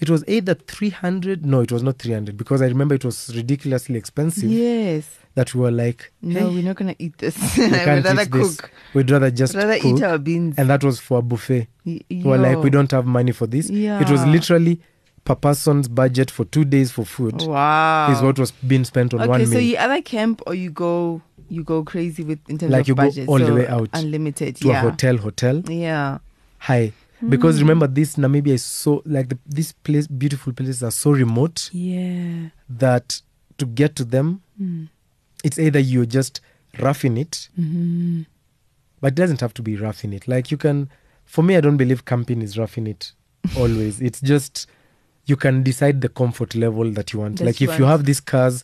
[SPEAKER 2] It was either three hundred. No, it was not three hundred because I remember it was ridiculously expensive.
[SPEAKER 1] yes.
[SPEAKER 2] that we were like,
[SPEAKER 1] No, we're not gonna eat this.
[SPEAKER 2] we
[SPEAKER 1] [laughs] We'd
[SPEAKER 2] can't
[SPEAKER 1] rather
[SPEAKER 2] eat this.
[SPEAKER 1] cook.
[SPEAKER 2] We'd rather just
[SPEAKER 1] rather
[SPEAKER 2] cook.
[SPEAKER 1] eat our beans.
[SPEAKER 2] and that was for a buffet.
[SPEAKER 1] Y-
[SPEAKER 2] We were like, we
[SPEAKER 1] yo.
[SPEAKER 2] don't have money for this. It was
[SPEAKER 1] Yeah.
[SPEAKER 2] literally per person's budget for two days for food
[SPEAKER 1] Wow.
[SPEAKER 2] is what was being spent on
[SPEAKER 1] okay,
[SPEAKER 2] one
[SPEAKER 1] so
[SPEAKER 2] meal
[SPEAKER 1] you either camp or you go you go crazy with in terms
[SPEAKER 2] Like
[SPEAKER 1] of
[SPEAKER 2] you go
[SPEAKER 1] budget.
[SPEAKER 2] all the
[SPEAKER 1] so
[SPEAKER 2] way out
[SPEAKER 1] Unlimited.
[SPEAKER 2] to
[SPEAKER 1] yeah. Hmm.
[SPEAKER 2] a hotel, hotel
[SPEAKER 1] Yeah.
[SPEAKER 2] high. Because remember, this Namibia is so like the, these place, beautiful places are so remote
[SPEAKER 1] Yeah.
[SPEAKER 2] that to get to them,
[SPEAKER 1] Hmm.
[SPEAKER 2] it's either you're just roughing it,
[SPEAKER 1] Mm-hmm.
[SPEAKER 2] but it doesn't have to be roughing it. Like you can, for me, I don't believe camping is roughing it [laughs] always. it's just you can decide the comfort level that you want.
[SPEAKER 1] That
[SPEAKER 2] like
[SPEAKER 1] you
[SPEAKER 2] if you
[SPEAKER 1] want.
[SPEAKER 2] have these cars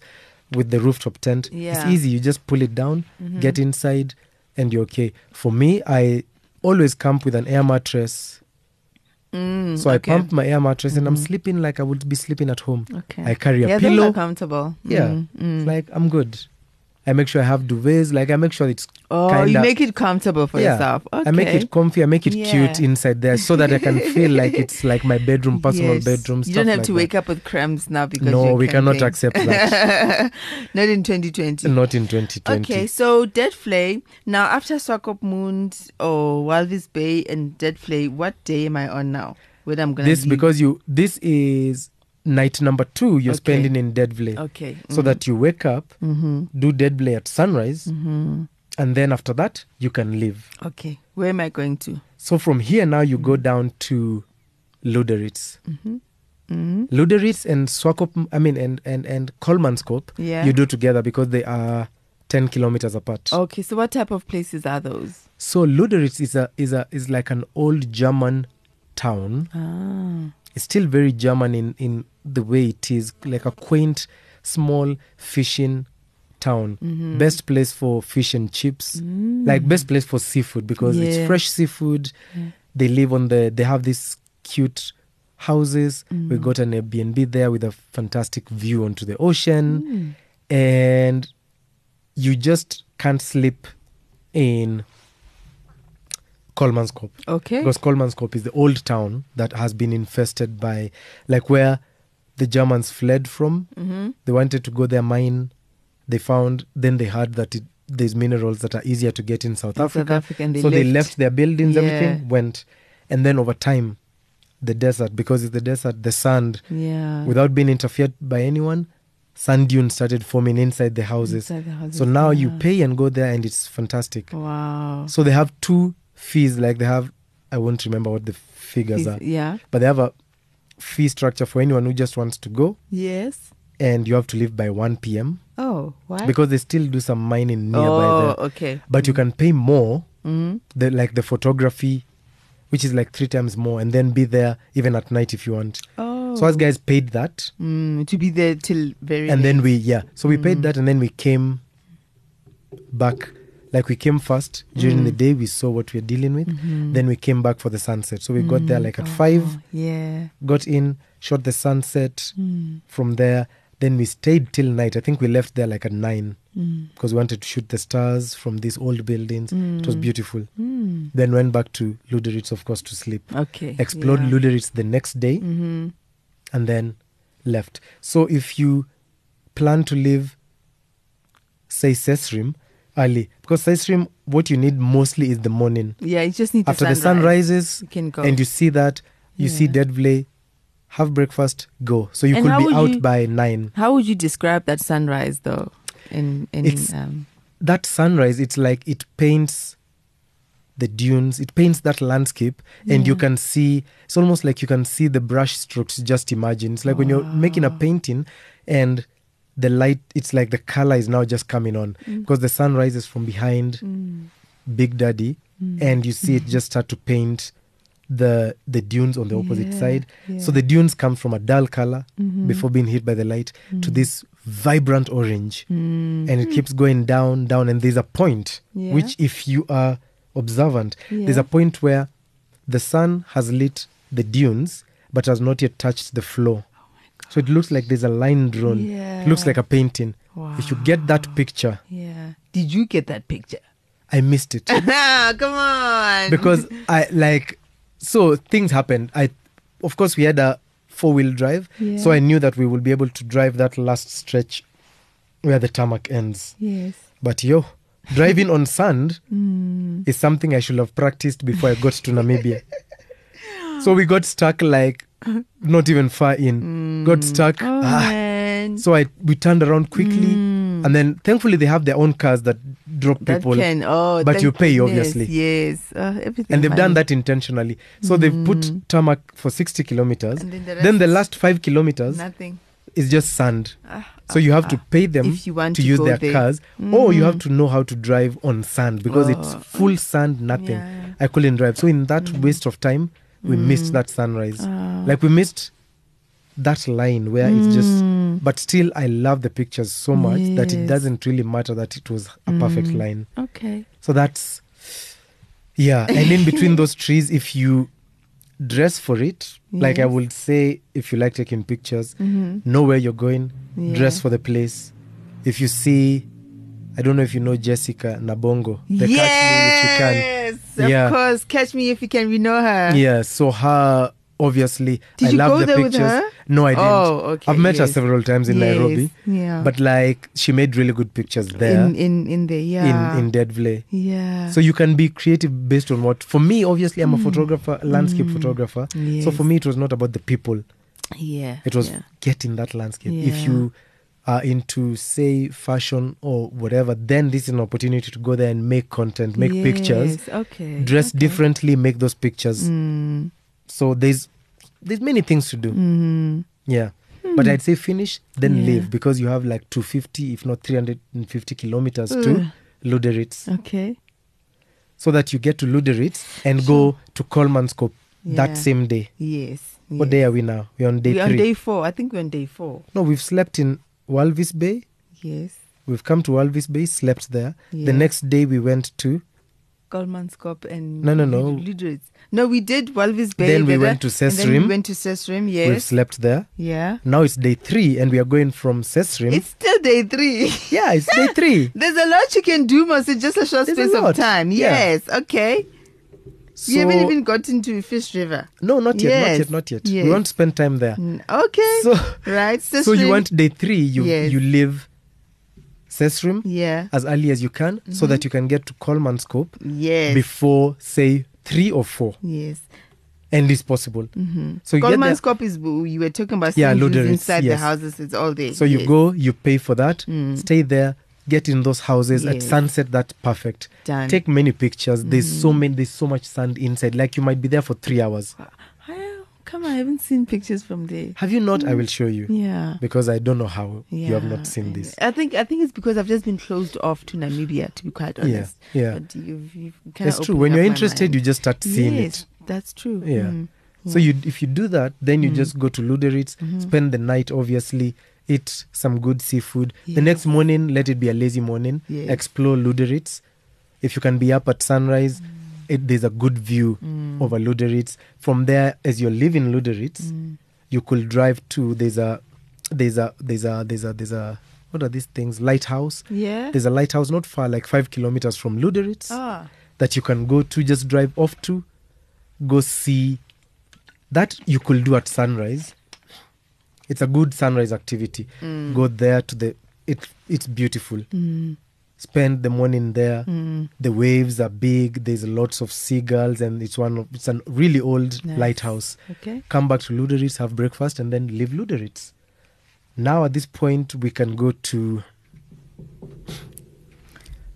[SPEAKER 2] with the rooftop tent,
[SPEAKER 1] Yeah. Mm-hmm.
[SPEAKER 2] it's easy. You just pull it down, get inside, and you're okay. For me, I always camp with an air mattress.
[SPEAKER 1] Mm,
[SPEAKER 2] So
[SPEAKER 1] okay. Mm-hmm.
[SPEAKER 2] I pump my air mattress and I'm sleeping like I would be sleeping at home.
[SPEAKER 1] Okay.
[SPEAKER 2] I carry a
[SPEAKER 1] yeah, those
[SPEAKER 2] pillow.
[SPEAKER 1] are comfortable.
[SPEAKER 2] Yeah.
[SPEAKER 1] Mm,
[SPEAKER 2] It's
[SPEAKER 1] mm.
[SPEAKER 2] Like I'm good. I make sure I have duvets. Like I make sure it's
[SPEAKER 1] oh,
[SPEAKER 2] kinda,
[SPEAKER 1] you make it comfortable for yourself. Okay.
[SPEAKER 2] I make it comfy. I make it cute
[SPEAKER 1] Yeah.
[SPEAKER 2] inside there so that I can feel
[SPEAKER 1] [laughs]
[SPEAKER 2] like it's like my bedroom, personal
[SPEAKER 1] Yes.
[SPEAKER 2] bedroom.
[SPEAKER 1] You
[SPEAKER 2] stuff
[SPEAKER 1] don't have
[SPEAKER 2] like
[SPEAKER 1] to
[SPEAKER 2] that.
[SPEAKER 1] wake up with cramps now because
[SPEAKER 2] No,
[SPEAKER 1] you're
[SPEAKER 2] we cannot
[SPEAKER 1] camping. [laughs]
[SPEAKER 2] accept that. [laughs]
[SPEAKER 1] Not in 2020.
[SPEAKER 2] Not in 2020.
[SPEAKER 1] Okay, so Dead Flay. Now, after Swakopmund or oh, Walvis Bay and Dead Flay, what day am I on now? When I'm gonna
[SPEAKER 2] this
[SPEAKER 1] leave?
[SPEAKER 2] because you. This is night number two. You're
[SPEAKER 1] Okay.
[SPEAKER 2] spending in Deadvley,
[SPEAKER 1] okay, Mm-hmm.
[SPEAKER 2] so that you wake up, do Deadvley at sunrise,
[SPEAKER 1] Mm-hmm.
[SPEAKER 2] and then after that you can leave.
[SPEAKER 1] okay, where am I going to?
[SPEAKER 2] So from here now you go down to Luderitz. Mm-hmm. Luderitz and Swakop, I mean, and and and Kolmanskop,
[SPEAKER 1] Yeah.
[SPEAKER 2] you do together because they are ten kilometers apart.
[SPEAKER 1] Okay, so what type of places are those?
[SPEAKER 2] So Luderitz is a is a is like an old German town.
[SPEAKER 1] Ah,
[SPEAKER 2] It's still very German in in the way it is, like a quaint, small fishing town.
[SPEAKER 1] Mm-hmm.
[SPEAKER 2] Best place for fish and chips, like best place for seafood because
[SPEAKER 1] Mm. Yeah.
[SPEAKER 2] it's fresh seafood. They live on the. They have these cute
[SPEAKER 1] Mm.
[SPEAKER 2] houses. We got an Airbnb there with a fantastic view onto the ocean.
[SPEAKER 1] Mm.
[SPEAKER 2] and you just can't sleep in Coleman's Cove.
[SPEAKER 1] Okay.
[SPEAKER 2] Because Coleman's Cove is the old town that has been infested by, like, where the Germans fled from.
[SPEAKER 1] Mm-hmm.
[SPEAKER 2] They wanted to go there mine. They found, then they heard that it, there's minerals that are easier to get in South
[SPEAKER 1] In South
[SPEAKER 2] Africa.
[SPEAKER 1] Africa, and they
[SPEAKER 2] so they
[SPEAKER 1] left.
[SPEAKER 2] left their buildings, everything
[SPEAKER 1] Yeah.
[SPEAKER 2] went. And then over time, the desert, because it's the desert, the sand,
[SPEAKER 1] Yeah.
[SPEAKER 2] without being interfered by anyone, sand dunes started forming inside the houses.
[SPEAKER 1] Inside the houses,
[SPEAKER 2] so now you
[SPEAKER 1] yeah. Oh.
[SPEAKER 2] pay and go there, and it's fantastic.
[SPEAKER 1] wow.
[SPEAKER 2] So they have two fees, like they have, I won't remember what the figures
[SPEAKER 1] Is-
[SPEAKER 2] are,
[SPEAKER 1] yeah.
[SPEAKER 2] but they have a fee structure for anyone who just wants to go,
[SPEAKER 1] Yes.
[SPEAKER 2] and you have to leave by 1 p.m.
[SPEAKER 1] Oh, why?
[SPEAKER 2] because they still do some mining nearby
[SPEAKER 1] oh,
[SPEAKER 2] there.
[SPEAKER 1] okay.
[SPEAKER 2] But you can pay more,
[SPEAKER 1] Mm.
[SPEAKER 2] the, like the photography, which is like three times more, and then be there even at night if you want.
[SPEAKER 1] Oh.
[SPEAKER 2] So us guys paid that,
[SPEAKER 1] mm, to be there till very.
[SPEAKER 2] and then we yeah so we paid that and then we came back like we came first during the day we saw what we were dealing with then we came back for the sunset so we got there like at five
[SPEAKER 1] Oh, yeah.
[SPEAKER 2] got in shot the sunset from there then we stayed till night i think we left there like at nine because we wanted to shoot the stars from these old buildings it was beautiful then went back to luderitz of course to sleep
[SPEAKER 1] Okay.
[SPEAKER 2] explored
[SPEAKER 1] yeah. Mm-hmm.
[SPEAKER 2] Luderitz the next day, and then left. So if you plan to leave, say Sesrim early, because Sesrim, what you need mostly is the morning.
[SPEAKER 1] Yeah, you just need
[SPEAKER 2] After
[SPEAKER 1] the
[SPEAKER 2] the sun
[SPEAKER 1] sunrise.
[SPEAKER 2] rises,
[SPEAKER 1] you can go.
[SPEAKER 2] and you see that, you see
[SPEAKER 1] Yeah.
[SPEAKER 2] Deadvlay, have breakfast, go. So you
[SPEAKER 1] And how
[SPEAKER 2] could be
[SPEAKER 1] would
[SPEAKER 2] out
[SPEAKER 1] you-
[SPEAKER 2] by nine.
[SPEAKER 1] How would you describe that sunrise though? In in
[SPEAKER 2] It's-
[SPEAKER 1] um,
[SPEAKER 2] That sunrise, it's like it paints the dunes it paints that landscape and you can see it's almost like you can see the brush strokes just imagine it's like when you're making a painting and the light it's like the color is now just coming on
[SPEAKER 1] Mm.
[SPEAKER 2] because the sun rises from behind big daddy
[SPEAKER 1] Mm.
[SPEAKER 2] and you see it just start to paint the the dunes on the opposite
[SPEAKER 1] Yeah,
[SPEAKER 2] side so
[SPEAKER 1] yeah. Mm-hmm.
[SPEAKER 2] the dunes come from a dull color before being hit by the light to
[SPEAKER 1] Mm.
[SPEAKER 2] this vibrant orange and it keeps going down down and there's a point
[SPEAKER 1] Yeah.
[SPEAKER 2] which if you are observant there's
[SPEAKER 1] Yeah.
[SPEAKER 2] a point where the sun has lit the dunes but has not yet touched the floor so it looks like there's a line drawn it looks
[SPEAKER 1] Oh Yeah.
[SPEAKER 2] like a painting if you get that picture
[SPEAKER 1] yeah. Did you get that picture?
[SPEAKER 2] i missed
[SPEAKER 1] [laughs]
[SPEAKER 2] it
[SPEAKER 1] Come on.
[SPEAKER 2] because I like so things happened. I of course we had a four wheel drive, so
[SPEAKER 1] Yeah.
[SPEAKER 2] I knew that we would be able to drive that last stretch where the tarmac ends.
[SPEAKER 1] yes.
[SPEAKER 2] But yo, driving on sand is something I should have practiced before I got to Namibia. so we got stuck like not even far in. Got stuck.
[SPEAKER 1] Oh
[SPEAKER 2] Ah.
[SPEAKER 1] man.
[SPEAKER 2] So I we turned around quickly, and then thankfully they have their own cars that drop
[SPEAKER 1] Mm. that
[SPEAKER 2] people
[SPEAKER 1] can oh
[SPEAKER 2] but
[SPEAKER 1] thank
[SPEAKER 2] you pay,
[SPEAKER 1] goodness.
[SPEAKER 2] obviously.
[SPEAKER 1] Yes. Uh, everything
[SPEAKER 2] and they've
[SPEAKER 1] money.
[SPEAKER 2] done that intentionally. So they've put tarmac for 60 kilometers.
[SPEAKER 1] Mm. And then the
[SPEAKER 2] then the
[SPEAKER 1] rest-
[SPEAKER 2] last five kilometers
[SPEAKER 1] nothing.
[SPEAKER 2] is just sand.
[SPEAKER 1] Ah,
[SPEAKER 2] So you have to pay them
[SPEAKER 1] If you want to
[SPEAKER 2] use
[SPEAKER 1] go
[SPEAKER 2] their
[SPEAKER 1] there. Mm.
[SPEAKER 2] cars, or you have to know how to drive on sand because it's
[SPEAKER 1] Oh.
[SPEAKER 2] full sand, nothing.
[SPEAKER 1] Yeah. Mm.
[SPEAKER 2] I couldn't drive. So in that waste of time, we missed that sunrise.
[SPEAKER 1] Ah.
[SPEAKER 2] Like we missed that line where it's just. But still, I love the pictures so much
[SPEAKER 1] Mm.
[SPEAKER 2] that it
[SPEAKER 1] Yes. Mm.
[SPEAKER 2] doesn't really matter that it was a perfect line.
[SPEAKER 1] Okay.
[SPEAKER 2] So that's yeah, and in between
[SPEAKER 1] [laughs]
[SPEAKER 2] those trees, if you dress for it, like I
[SPEAKER 1] Yes. Mm-hmm.
[SPEAKER 2] would say, if you like taking pictures, know where you're going, dress
[SPEAKER 1] Yeah.
[SPEAKER 2] for the place. If you see, I don't know if you know Jessica Nabongo, the cat lady, if you
[SPEAKER 1] yes. Of
[SPEAKER 2] Yeah.
[SPEAKER 1] course. Catch me if you can. We know her.
[SPEAKER 2] can. Yeah, so her obviously,
[SPEAKER 1] Did
[SPEAKER 2] I
[SPEAKER 1] you
[SPEAKER 2] love
[SPEAKER 1] go
[SPEAKER 2] the
[SPEAKER 1] there with
[SPEAKER 2] pictures.
[SPEAKER 1] her?
[SPEAKER 2] No, I didn't.
[SPEAKER 1] Oh, okay,
[SPEAKER 2] I've met her
[SPEAKER 1] yes.
[SPEAKER 2] several times in
[SPEAKER 1] Yes,
[SPEAKER 2] Nairobi,
[SPEAKER 1] yeah.
[SPEAKER 2] but like she made really good pictures there
[SPEAKER 1] In in in the yeah.
[SPEAKER 2] in in Deadvley.
[SPEAKER 1] yeah.
[SPEAKER 2] So you can be creative based on what. For me, obviously, I'm a photographer, a landscape photographer. So
[SPEAKER 1] Mm. Yes.
[SPEAKER 2] for me, it was not about the people.
[SPEAKER 1] yeah.
[SPEAKER 2] It was
[SPEAKER 1] yeah.
[SPEAKER 2] getting that landscape. If
[SPEAKER 1] Yeah.
[SPEAKER 2] you are into, say, fashion or whatever, then this is an opportunity to go there and make content, make pictures,
[SPEAKER 1] Yes, Okay.
[SPEAKER 2] dress
[SPEAKER 1] okay.
[SPEAKER 2] differently, make those pictures.
[SPEAKER 1] Mm,
[SPEAKER 2] So there's there's many things to do.
[SPEAKER 1] mm,
[SPEAKER 2] Yeah. But I'd say finish, then
[SPEAKER 1] Yeah.
[SPEAKER 2] leave because you have like 250, if not 350 kilometers to Luderitz.
[SPEAKER 1] okay.
[SPEAKER 2] so that you get to Luderitz and go to Coleman's Cove
[SPEAKER 1] Yeah.
[SPEAKER 2] that same day.
[SPEAKER 1] Yes.
[SPEAKER 2] What
[SPEAKER 1] yes.
[SPEAKER 2] day are we now? We're on day
[SPEAKER 1] we're on
[SPEAKER 2] three.
[SPEAKER 1] day four. I think we're on day four.
[SPEAKER 2] no, we've slept in Walvis Bay.
[SPEAKER 1] Yes.
[SPEAKER 2] We've come to Walvis Bay, slept there.
[SPEAKER 1] Yeah.
[SPEAKER 2] The next day we went to
[SPEAKER 1] Golmanskop and
[SPEAKER 2] No, no, no.
[SPEAKER 1] Ludwitz. No, we did Walvis Bay.
[SPEAKER 2] Then we
[SPEAKER 1] Veda,
[SPEAKER 2] went to
[SPEAKER 1] and then
[SPEAKER 2] Sesrim.
[SPEAKER 1] We went to Sesrim.
[SPEAKER 2] We've
[SPEAKER 1] Yes.
[SPEAKER 2] slept there.
[SPEAKER 1] yeah.
[SPEAKER 2] Now it's day three, and we are going from Sesrim.
[SPEAKER 1] It's still day three. [laughs]
[SPEAKER 2] yeah, it's day three.
[SPEAKER 1] There's a lot you can do, Moss, in just a short
[SPEAKER 2] There's a
[SPEAKER 1] space
[SPEAKER 2] lot.
[SPEAKER 1] of time.
[SPEAKER 2] Yeah.
[SPEAKER 1] Yes. Okay.
[SPEAKER 2] So,
[SPEAKER 1] we haven't even gotten to Fish River.
[SPEAKER 2] no, not yet,
[SPEAKER 1] Yes,
[SPEAKER 2] not yet, not yet.
[SPEAKER 1] yes.
[SPEAKER 2] We won't spend time there.
[SPEAKER 1] Mm, Okay.
[SPEAKER 2] So,
[SPEAKER 1] right.
[SPEAKER 2] so you
[SPEAKER 1] Sesrim.
[SPEAKER 2] want day three? You
[SPEAKER 1] Yes.
[SPEAKER 2] you leave Sesrim
[SPEAKER 1] Yeah.
[SPEAKER 2] as early as you can, so that you can get to Coleman's Cope
[SPEAKER 1] Mm-hmm. Yes.
[SPEAKER 2] before say three or four,
[SPEAKER 1] yes.
[SPEAKER 2] and it's possible. Mm-hmm. So you get there,
[SPEAKER 1] Goldman's Cop is you were talking about
[SPEAKER 2] Yeah,
[SPEAKER 1] seeing who's
[SPEAKER 2] Luderitz,
[SPEAKER 1] inside the
[SPEAKER 2] yes.
[SPEAKER 1] houses. It's all day.
[SPEAKER 2] So you
[SPEAKER 1] Yes.
[SPEAKER 2] go, you pay for that, stay there, get in those houses at
[SPEAKER 1] Mm. Yes.
[SPEAKER 2] sunset. That's perfect.
[SPEAKER 1] Done. Mm-hmm.
[SPEAKER 2] Take many pictures. There's so many. There's so much sand inside. Like you might be there for three hours.
[SPEAKER 1] I, come on, I haven't seen pictures from there.
[SPEAKER 2] Have you not? I will show you
[SPEAKER 1] Yeah.
[SPEAKER 2] because I don't know how
[SPEAKER 1] Mm. Yeah,
[SPEAKER 2] you have not seen
[SPEAKER 1] I
[SPEAKER 2] this.
[SPEAKER 1] know. I think I think it's because I've just been closed off to Namibia, to be quite honest.
[SPEAKER 2] yeah.
[SPEAKER 1] But you've, you've kinda
[SPEAKER 2] It's true.
[SPEAKER 1] opened
[SPEAKER 2] When
[SPEAKER 1] up
[SPEAKER 2] you're
[SPEAKER 1] my
[SPEAKER 2] interested,
[SPEAKER 1] mind.
[SPEAKER 2] you just start seeing
[SPEAKER 1] yes,
[SPEAKER 2] it.
[SPEAKER 1] That's true.
[SPEAKER 2] Yeah.
[SPEAKER 1] Mm.
[SPEAKER 2] So you, if you do that, then you just go to Luderitz,
[SPEAKER 1] Mm-hmm.
[SPEAKER 2] spend the night, obviously, eat some good seafood. The next morning, let it be a lazy morning.
[SPEAKER 1] Yes.
[SPEAKER 2] Explore Luderitz. If you can be up at sunrise,
[SPEAKER 1] Mm.
[SPEAKER 2] it, there's a good view over Luderitz. From there, as you're leaving Luderitz,
[SPEAKER 1] Mm.
[SPEAKER 2] you could drive to there's a there's a there's a there's a there's a what are these things lighthouse
[SPEAKER 1] Yeah.
[SPEAKER 2] there's a lighthouse not far like five kilometers from luderitz
[SPEAKER 1] Ah.
[SPEAKER 2] that you can go to just drive off to go see that you could do at sunrise it's a good sunrise activity go there to the it it's beautiful spend the morning there the waves are big there's lots of seagulls and it's one of it's a really old
[SPEAKER 1] Nice.
[SPEAKER 2] lighthouse
[SPEAKER 1] Okay.
[SPEAKER 2] come back to luderitz have breakfast and then leave luderitz now at this point we can go to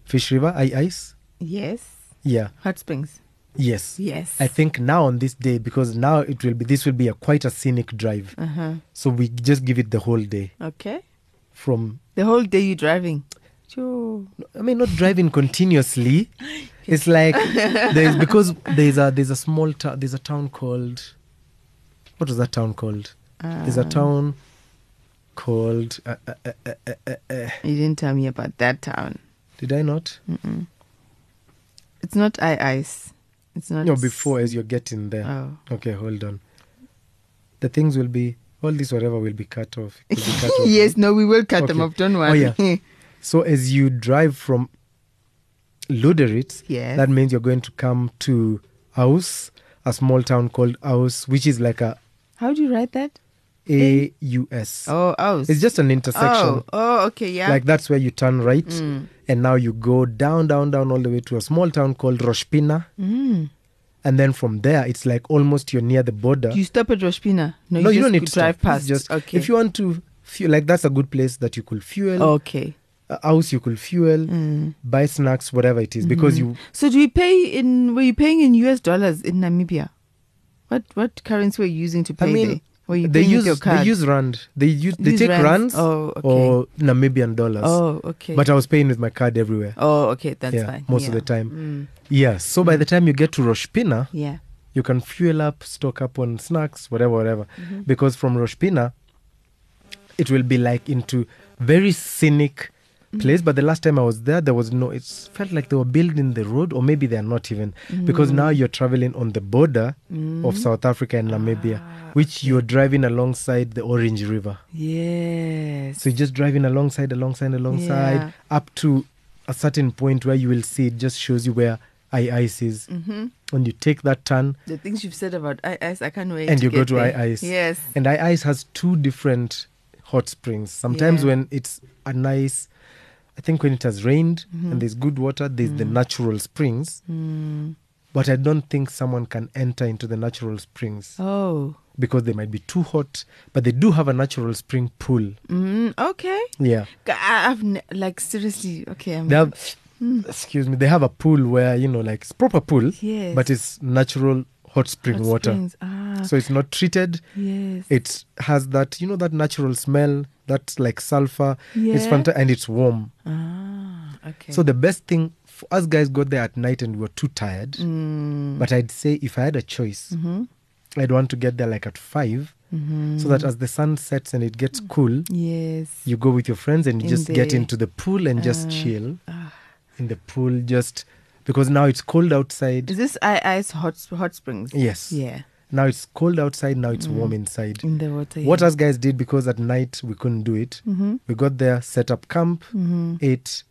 [SPEAKER 2] fish river i ice
[SPEAKER 1] Yes.
[SPEAKER 2] yeah
[SPEAKER 1] Hot Springs.
[SPEAKER 2] yes
[SPEAKER 1] Yes.
[SPEAKER 2] I think now on this day because now it will be this will be a quite a scenic drive.
[SPEAKER 1] Uh huh.
[SPEAKER 2] So we just give it the whole day
[SPEAKER 1] Okay.
[SPEAKER 2] from
[SPEAKER 1] The whole day you're driving. Sure.
[SPEAKER 2] I mean not driving continuously.
[SPEAKER 1] [laughs]
[SPEAKER 2] It's like there's because there's a there's a small town there's a town called what was that town called?
[SPEAKER 1] Ah,
[SPEAKER 2] there's a town called uh, uh, uh, uh, uh, uh, uh,
[SPEAKER 1] You didn't tell me about that town.
[SPEAKER 2] did I not?
[SPEAKER 1] It's not I Ice. It's not.
[SPEAKER 2] No, before as you're getting there.
[SPEAKER 1] Oh.
[SPEAKER 2] Okay, hold on. The things will be all this whatever will be cut off. It will
[SPEAKER 1] [laughs]
[SPEAKER 2] be cut off.
[SPEAKER 1] yes, no, we will cut them
[SPEAKER 2] Okay.
[SPEAKER 1] off. Don't
[SPEAKER 2] Oh,
[SPEAKER 1] worry. [laughs]
[SPEAKER 2] yeah. So as you drive from Luderitz,
[SPEAKER 1] Yes.
[SPEAKER 2] that means you're going to come to Aus, a small town called Aus, which is like a
[SPEAKER 1] How do you write that?
[SPEAKER 2] A U S.
[SPEAKER 1] Oh, Aus.
[SPEAKER 2] It's just an intersection.
[SPEAKER 1] Oh, oh, okay, yeah. Mm.
[SPEAKER 2] Like that's where you turn right, and now you go down, down, down all the way to a small town called Roshpina,
[SPEAKER 1] Mm.
[SPEAKER 2] and then from there it's like almost you're near the border.
[SPEAKER 1] Do you stop at Roshpina? No, you,
[SPEAKER 2] uh, no, you
[SPEAKER 1] just
[SPEAKER 2] don't need
[SPEAKER 1] could
[SPEAKER 2] to
[SPEAKER 1] drive
[SPEAKER 2] stop. It's
[SPEAKER 1] past.
[SPEAKER 2] Just
[SPEAKER 1] okay. Oh.
[SPEAKER 2] if you want to fuel, like that's a good place that you could fuel.
[SPEAKER 1] okay.
[SPEAKER 2] uh, house you could fuel,
[SPEAKER 1] Mm.
[SPEAKER 2] buy snacks, whatever it is, because you
[SPEAKER 1] So do you pay in? Were you paying in US dollars in Namibia? What what currency were you using to
[SPEAKER 2] I
[SPEAKER 1] pay?
[SPEAKER 2] mean,
[SPEAKER 1] there? were you
[SPEAKER 2] they
[SPEAKER 1] paying with
[SPEAKER 2] use
[SPEAKER 1] your
[SPEAKER 2] they
[SPEAKER 1] card?
[SPEAKER 2] use rand. They use they
[SPEAKER 1] Use
[SPEAKER 2] take rands,
[SPEAKER 1] rands? Oh, okay.
[SPEAKER 2] or Namibian dollars.
[SPEAKER 1] oh, okay.
[SPEAKER 2] But I was paying with my card everywhere.
[SPEAKER 1] oh, okay, that's
[SPEAKER 2] yeah,
[SPEAKER 1] fine. Mm,
[SPEAKER 2] most of the time. Yeah. So by the time you get to Roshpina,
[SPEAKER 1] Yeah.
[SPEAKER 2] you can fuel up, stock up on snacks, whatever, whatever.
[SPEAKER 1] Mm-hmm.
[SPEAKER 2] Because from Roshpina, it will be like into very scenic
[SPEAKER 1] Mm.
[SPEAKER 2] place. But the last time I was there, there was no. It felt like they were building the road, or maybe they are not even,
[SPEAKER 1] Mm.
[SPEAKER 2] because now you're traveling on the border of South Africa and Namibia,
[SPEAKER 1] Ah,
[SPEAKER 2] which you're driving alongside the Orange River.
[SPEAKER 1] Yes.
[SPEAKER 2] So you're just driving alongside, alongside, alongside,
[SPEAKER 1] Yeah.
[SPEAKER 2] up to a certain point where you will see it just shows you where I ice is. Mm-hmm. And you take that turn,
[SPEAKER 1] the things you've said about I Ice, I can't wait.
[SPEAKER 2] and you go
[SPEAKER 1] get
[SPEAKER 2] to
[SPEAKER 1] there.
[SPEAKER 2] I Ice.
[SPEAKER 1] Yes.
[SPEAKER 2] And I Ice has two different hot springs. Sometimes
[SPEAKER 1] Yeah.
[SPEAKER 2] when it's a nice, I think when it has rained
[SPEAKER 1] Mm-hmm.
[SPEAKER 2] and there's good water, there's
[SPEAKER 1] Mm.
[SPEAKER 2] the natural springs. But I don't think someone can enter into the natural springs
[SPEAKER 1] Oh.
[SPEAKER 2] because they might be too hot. But they do have a natural spring pool.
[SPEAKER 1] Mm, okay.
[SPEAKER 2] Yeah.
[SPEAKER 1] G- I- I've ne- like seriously. Okay. I'm,
[SPEAKER 2] They have,
[SPEAKER 1] Mm.
[SPEAKER 2] excuse me, they have a pool where, you know, like it's proper pool,
[SPEAKER 1] Yes.
[SPEAKER 2] but it's natural hot spring
[SPEAKER 1] Hot
[SPEAKER 2] water.
[SPEAKER 1] springs. Ah.
[SPEAKER 2] So it's not treated.
[SPEAKER 1] yes.
[SPEAKER 2] it has that you know that natural smell that's like sulfur it's
[SPEAKER 1] Yeah.
[SPEAKER 2] fantastic and it's warm
[SPEAKER 1] ah. Okay.
[SPEAKER 2] so the best thing for us guys got there at night and we were too tired
[SPEAKER 1] Mm.
[SPEAKER 2] but i'd say if i had a choice
[SPEAKER 1] Mm-hmm.
[SPEAKER 2] i'd want to get there like at 5 so that as the sun sets and it
[SPEAKER 1] Mm.
[SPEAKER 2] gets cool
[SPEAKER 1] yes.
[SPEAKER 2] you go with your friends and you
[SPEAKER 1] In
[SPEAKER 2] just get
[SPEAKER 1] the- ah.
[SPEAKER 2] into the pool and just chill in the pool just because now it's cold outside.
[SPEAKER 1] Is this I- ice hot hot springs?
[SPEAKER 2] Yes.
[SPEAKER 1] Yeah. Mm.
[SPEAKER 2] Now it's cold outside. Now it's warm inside.
[SPEAKER 1] In the water.
[SPEAKER 2] What us guys did because at night we couldn't do it.
[SPEAKER 1] Mm-hmm.
[SPEAKER 2] We got there, set up camp, ate,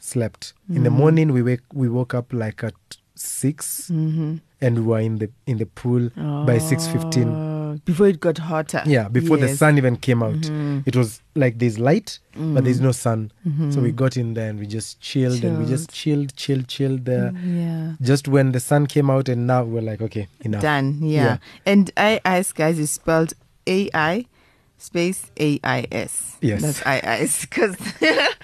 [SPEAKER 2] slept. In
[SPEAKER 1] Mm-hmm.
[SPEAKER 2] the morning we wake we woke up like at 6 and we were in the in the pool by six fifteen.
[SPEAKER 1] Mm-hmm. Oh, Before it got hotter.
[SPEAKER 2] Yeah, before the
[SPEAKER 1] Yes. Mm-hmm.
[SPEAKER 2] sun even came out, it was like there's light, but there's
[SPEAKER 1] Mm.
[SPEAKER 2] no sun. So
[SPEAKER 1] Mm-hmm.
[SPEAKER 2] we got in there and we just chilled, and we just chilled, chilled, chilled there.
[SPEAKER 1] Yeah.
[SPEAKER 2] Just when the sun came out, and now we're like, okay, enough.
[SPEAKER 1] Done. Yeah.
[SPEAKER 2] Yeah.
[SPEAKER 1] And I ice guys is spelled A I space A I S.
[SPEAKER 2] Yes.
[SPEAKER 1] That's I ice. Cause [laughs]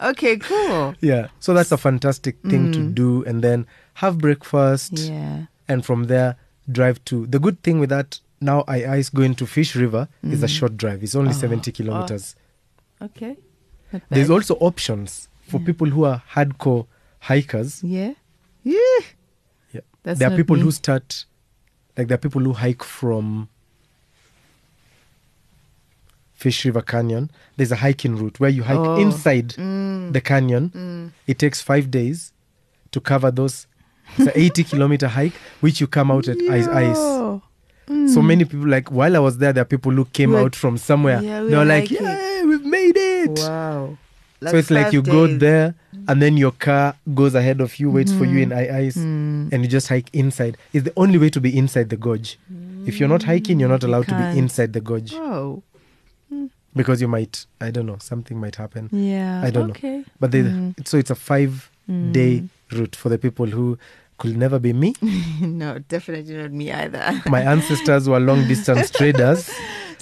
[SPEAKER 1] okay, cool.
[SPEAKER 2] Yeah. So that's a fantastic thing to do, and then have breakfast,
[SPEAKER 1] Mm. Yeah.
[SPEAKER 2] and from there drive to. The good thing with that now, I ice going to Fish River is a
[SPEAKER 1] Mm.
[SPEAKER 2] short drive. It's
[SPEAKER 1] Ah.
[SPEAKER 2] only seventy kilometers.
[SPEAKER 1] Oh, Okay. Not
[SPEAKER 2] There's
[SPEAKER 1] bad.
[SPEAKER 2] also options for people who are hardcore hikers.
[SPEAKER 1] yeah. Yeah.
[SPEAKER 2] Yeah.
[SPEAKER 1] That's
[SPEAKER 2] there are
[SPEAKER 1] not
[SPEAKER 2] people
[SPEAKER 1] me.
[SPEAKER 2] who start, like there are people who hike from Fish River Canyon. There's a hiking route where you hike
[SPEAKER 1] Oh. Mm.
[SPEAKER 2] inside the canyon. It takes five days to cover those. It's an 80 [laughs] kilometer hike, which you come out at ice ice.
[SPEAKER 1] Yo. Mm.
[SPEAKER 2] So many people, like while I was there, there are people who came
[SPEAKER 1] We're-
[SPEAKER 2] out from somewhere.
[SPEAKER 1] Yeah,
[SPEAKER 2] They're
[SPEAKER 1] we're
[SPEAKER 2] like,
[SPEAKER 1] hiking.
[SPEAKER 2] yeah, we've made it.
[SPEAKER 1] Wow.
[SPEAKER 2] so it's like
[SPEAKER 1] five
[SPEAKER 2] you go
[SPEAKER 1] days.
[SPEAKER 2] there and then your car goes ahead of you, waits for you
[SPEAKER 1] Mm.
[SPEAKER 2] in I- ice, and you just hike inside. It's the only way to be inside the gorge. If you're not hiking, you're not allowed to
[SPEAKER 1] Mm, can't.
[SPEAKER 2] be inside the gorge
[SPEAKER 1] Oh.
[SPEAKER 2] because you might, I don't know, something might happen.
[SPEAKER 1] Yeah.
[SPEAKER 2] I don't
[SPEAKER 1] okay. Mm.
[SPEAKER 2] know. But they, so it's a five day route for the people who could never be me.
[SPEAKER 1] [laughs] no, definitely not me either.
[SPEAKER 2] [laughs] My ancestors were
[SPEAKER 1] [laughs]
[SPEAKER 2] long distance traders.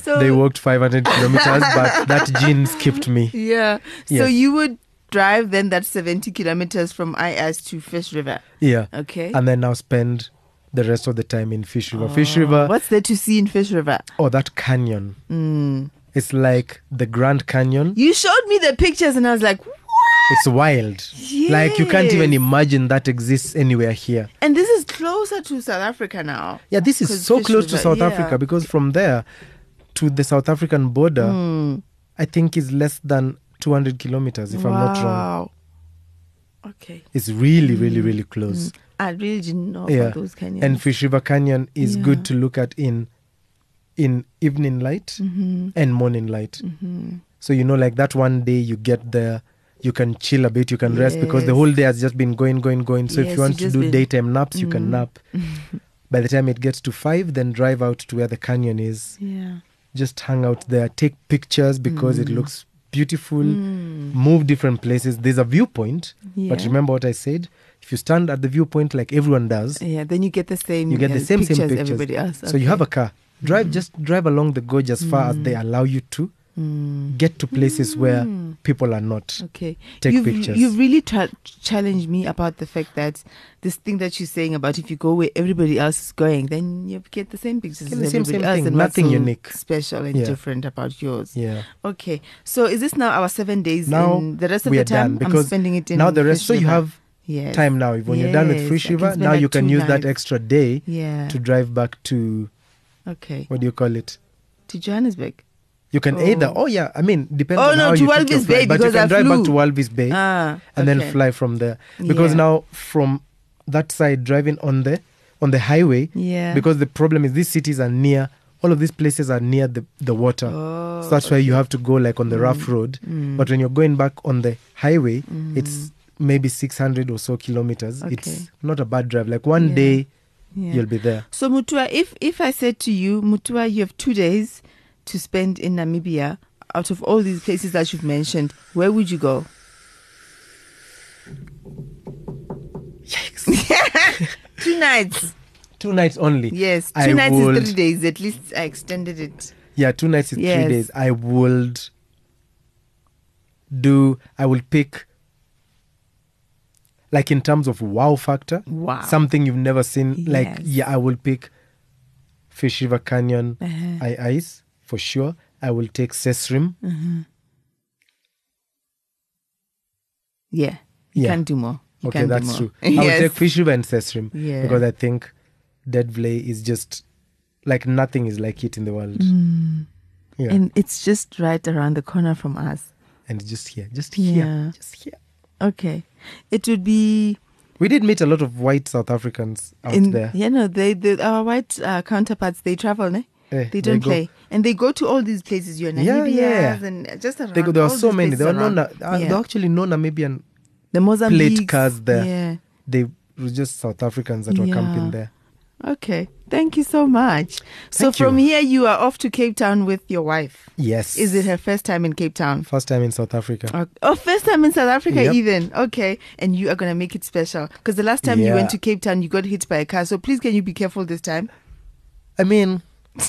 [SPEAKER 1] So
[SPEAKER 2] They walked 500 kilometers, but
[SPEAKER 1] [laughs]
[SPEAKER 2] that gene skipped me.
[SPEAKER 1] Yeah. So
[SPEAKER 2] Yes.
[SPEAKER 1] you would drive then that 70 kilometers from IS to Fish River.
[SPEAKER 2] Yeah.
[SPEAKER 1] Okay.
[SPEAKER 2] And then now spend the rest of the time in Fish River. Fish
[SPEAKER 1] Oh.
[SPEAKER 2] River.
[SPEAKER 1] What's there to see in Fish River?
[SPEAKER 2] Oh, that canyon.
[SPEAKER 1] Mm.
[SPEAKER 2] It's like the Grand Canyon.
[SPEAKER 1] You showed me the pictures and I was like, what?
[SPEAKER 2] It's wild. Like you can't even
[SPEAKER 1] Yes.
[SPEAKER 2] imagine that exists anywhere here.
[SPEAKER 1] And this is closer to South Africa now.
[SPEAKER 2] Yeah, this
[SPEAKER 1] 'Cause
[SPEAKER 2] is so
[SPEAKER 1] Fish
[SPEAKER 2] close to
[SPEAKER 1] River-
[SPEAKER 2] South
[SPEAKER 1] yeah.
[SPEAKER 2] Africa because from there to the South African border,
[SPEAKER 1] Mm.
[SPEAKER 2] I think is less than 200 kilometers, if I'm not wrong.
[SPEAKER 1] Wow. Mm. Okay.
[SPEAKER 2] It's really, really, really close.
[SPEAKER 1] I really didn't know
[SPEAKER 2] Yeah.
[SPEAKER 1] about those canyons.
[SPEAKER 2] And Fish River Canyon is
[SPEAKER 1] Yeah.
[SPEAKER 2] good to look at in in evening light
[SPEAKER 1] Mm-hmm.
[SPEAKER 2] and morning light. So you know, like that one day you get there, you can chill a bit, you can rest because the
[SPEAKER 1] Yes.
[SPEAKER 2] whole day has just been going, going, going. So if
[SPEAKER 1] Yes,
[SPEAKER 2] you want
[SPEAKER 1] you've
[SPEAKER 2] to
[SPEAKER 1] just
[SPEAKER 2] do
[SPEAKER 1] been- Mm.
[SPEAKER 2] daytime naps, you can
[SPEAKER 1] [laughs]
[SPEAKER 2] nap. By the time it gets to five, then drive out to where the canyon is.
[SPEAKER 1] yeah.
[SPEAKER 2] Just hang out there, take pictures because
[SPEAKER 1] Mm.
[SPEAKER 2] it looks beautiful. Move different places. There's a viewpoint, but
[SPEAKER 1] Yeah.
[SPEAKER 2] remember what I said. If you stand at the viewpoint like everyone does,
[SPEAKER 1] Yeah. Then you get the same
[SPEAKER 2] you get the
[SPEAKER 1] uh,
[SPEAKER 2] same
[SPEAKER 1] pictures,
[SPEAKER 2] same pictures.
[SPEAKER 1] everybody else.
[SPEAKER 2] So you have a
[SPEAKER 1] Okay. Mm.
[SPEAKER 2] car. Drive just drive along the gorge as far as they allow you to.
[SPEAKER 1] Hmm.
[SPEAKER 2] Get to places where people are not.
[SPEAKER 1] Okay.
[SPEAKER 2] Take
[SPEAKER 1] you've,
[SPEAKER 2] pictures.
[SPEAKER 1] You really tra- challenged me about the fact that this thing that you're saying about if you go where everybody else is going, then you get the same pictures
[SPEAKER 2] Get
[SPEAKER 1] as
[SPEAKER 2] the same-
[SPEAKER 1] everybody
[SPEAKER 2] same
[SPEAKER 1] else,
[SPEAKER 2] thing.
[SPEAKER 1] and what's
[SPEAKER 2] Nothing
[SPEAKER 1] so
[SPEAKER 2] unique.
[SPEAKER 1] special, and
[SPEAKER 2] Yeah.
[SPEAKER 1] different about yours.
[SPEAKER 2] Yeah.
[SPEAKER 1] Okay. So is this now our seven days?
[SPEAKER 2] Now
[SPEAKER 1] in the rest of
[SPEAKER 2] we
[SPEAKER 1] the
[SPEAKER 2] are done
[SPEAKER 1] time, I'm
[SPEAKER 2] because
[SPEAKER 1] spending it in
[SPEAKER 2] now the rest.
[SPEAKER 1] Fish
[SPEAKER 2] So you
[SPEAKER 1] River.
[SPEAKER 2] have
[SPEAKER 1] Yes.
[SPEAKER 2] time now. When you're done with
[SPEAKER 1] Yes,
[SPEAKER 2] Free
[SPEAKER 1] I can
[SPEAKER 2] Shiva,
[SPEAKER 1] spend
[SPEAKER 2] now
[SPEAKER 1] like
[SPEAKER 2] you can
[SPEAKER 1] two
[SPEAKER 2] use that
[SPEAKER 1] nights.
[SPEAKER 2] extra day
[SPEAKER 1] Yeah.
[SPEAKER 2] to drive back to
[SPEAKER 1] okay.
[SPEAKER 2] what do you call it?
[SPEAKER 1] To Johannesburg.
[SPEAKER 2] You can
[SPEAKER 1] Oh.
[SPEAKER 2] either oh yeah, I mean depends
[SPEAKER 1] Oh,
[SPEAKER 2] on
[SPEAKER 1] no,
[SPEAKER 2] how
[SPEAKER 1] to
[SPEAKER 2] you took your
[SPEAKER 1] Walvis
[SPEAKER 2] flight,
[SPEAKER 1] Bay
[SPEAKER 2] but you
[SPEAKER 1] because
[SPEAKER 2] can
[SPEAKER 1] I
[SPEAKER 2] drive back
[SPEAKER 1] flew.
[SPEAKER 2] to Walvis Bay
[SPEAKER 1] Ah.
[SPEAKER 2] and
[SPEAKER 1] okay.
[SPEAKER 2] then fly from there because
[SPEAKER 1] Yeah.
[SPEAKER 2] now from that side driving on the on the highway
[SPEAKER 1] Yeah.
[SPEAKER 2] because the problem is these cities are near all of these places are near the, the water
[SPEAKER 1] Oh, Mm.
[SPEAKER 2] so that's why you have to go like on the rough road but when you're going back on the highway it's maybe 600 or so kilometers
[SPEAKER 1] Okay.
[SPEAKER 2] it's not a bad drive like one
[SPEAKER 1] Yeah.
[SPEAKER 2] day
[SPEAKER 1] Yeah.
[SPEAKER 2] you'll be there
[SPEAKER 1] So Mutua, if if I said to you, Mutua, you have two days to spend in Namibia. Out of all these places that you've mentioned, where would you go? [laughs] two nights.
[SPEAKER 2] two nights only
[SPEAKER 1] Yes, two
[SPEAKER 2] I
[SPEAKER 1] nights
[SPEAKER 2] would,
[SPEAKER 1] is three days. At least I extended it.
[SPEAKER 2] yeah two nights is
[SPEAKER 1] Yes.
[SPEAKER 2] three days i would do i will pick like in terms of wow factor
[SPEAKER 1] Wow.
[SPEAKER 2] something you've never seen like
[SPEAKER 1] Yes.
[SPEAKER 2] yeah i will pick fish river canyon
[SPEAKER 1] Uh-huh.
[SPEAKER 2] i ice for sure i will take sesrim
[SPEAKER 1] Mm-hmm. Yeah, you
[SPEAKER 2] Yeah.
[SPEAKER 1] can't do more. You
[SPEAKER 2] okay
[SPEAKER 1] can't
[SPEAKER 2] that's
[SPEAKER 1] do more. [laughs]
[SPEAKER 2] true i
[SPEAKER 1] Yes.
[SPEAKER 2] will take fish river and sesrim
[SPEAKER 1] Yeah.
[SPEAKER 2] because i think dead Vley is just like nothing is like it in the world
[SPEAKER 1] Mm.
[SPEAKER 2] yeah and,
[SPEAKER 1] And it's just right around the corner from us.
[SPEAKER 2] just here just here
[SPEAKER 1] Yeah.
[SPEAKER 2] just here
[SPEAKER 1] Okay. It would be
[SPEAKER 2] We did meet a lot of white South Africans out
[SPEAKER 1] in
[SPEAKER 2] there.
[SPEAKER 1] yeah no they, they our white uh, counterparts they travel ne?
[SPEAKER 2] Eh,
[SPEAKER 1] they
[SPEAKER 2] they
[SPEAKER 1] don't
[SPEAKER 2] go-
[SPEAKER 1] play and they go to all these places you're
[SPEAKER 2] Yeah,
[SPEAKER 1] Namibia
[SPEAKER 2] yeah.
[SPEAKER 1] and just around
[SPEAKER 2] They go, there are
[SPEAKER 1] all
[SPEAKER 2] so
[SPEAKER 1] these
[SPEAKER 2] many. There are
[SPEAKER 1] places
[SPEAKER 2] no, Na-
[SPEAKER 1] around.
[SPEAKER 2] uh,
[SPEAKER 1] Yeah.
[SPEAKER 2] there are actually no Namibian.
[SPEAKER 1] the Mozambique
[SPEAKER 2] cars there.
[SPEAKER 1] yeah
[SPEAKER 2] They were just South Africans that were
[SPEAKER 1] Yeah.
[SPEAKER 2] camping there.
[SPEAKER 1] okay thank you so much so
[SPEAKER 2] Thank you.
[SPEAKER 1] from here you are off to Cape Town with your wife
[SPEAKER 2] Yes.
[SPEAKER 1] is it her first time in Cape Town
[SPEAKER 2] first time in South Africa?
[SPEAKER 1] Oh, oh, first time in South Africa,
[SPEAKER 2] Yep.
[SPEAKER 1] even. Okay. And you are going to make it special. Because the last time you went
[SPEAKER 2] Yeah.
[SPEAKER 1] to Cape Town, you got hit by a car. So please, can you be careful this time?
[SPEAKER 2] I mean,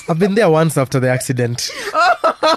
[SPEAKER 2] I've been there once after the accident.
[SPEAKER 1] [laughs]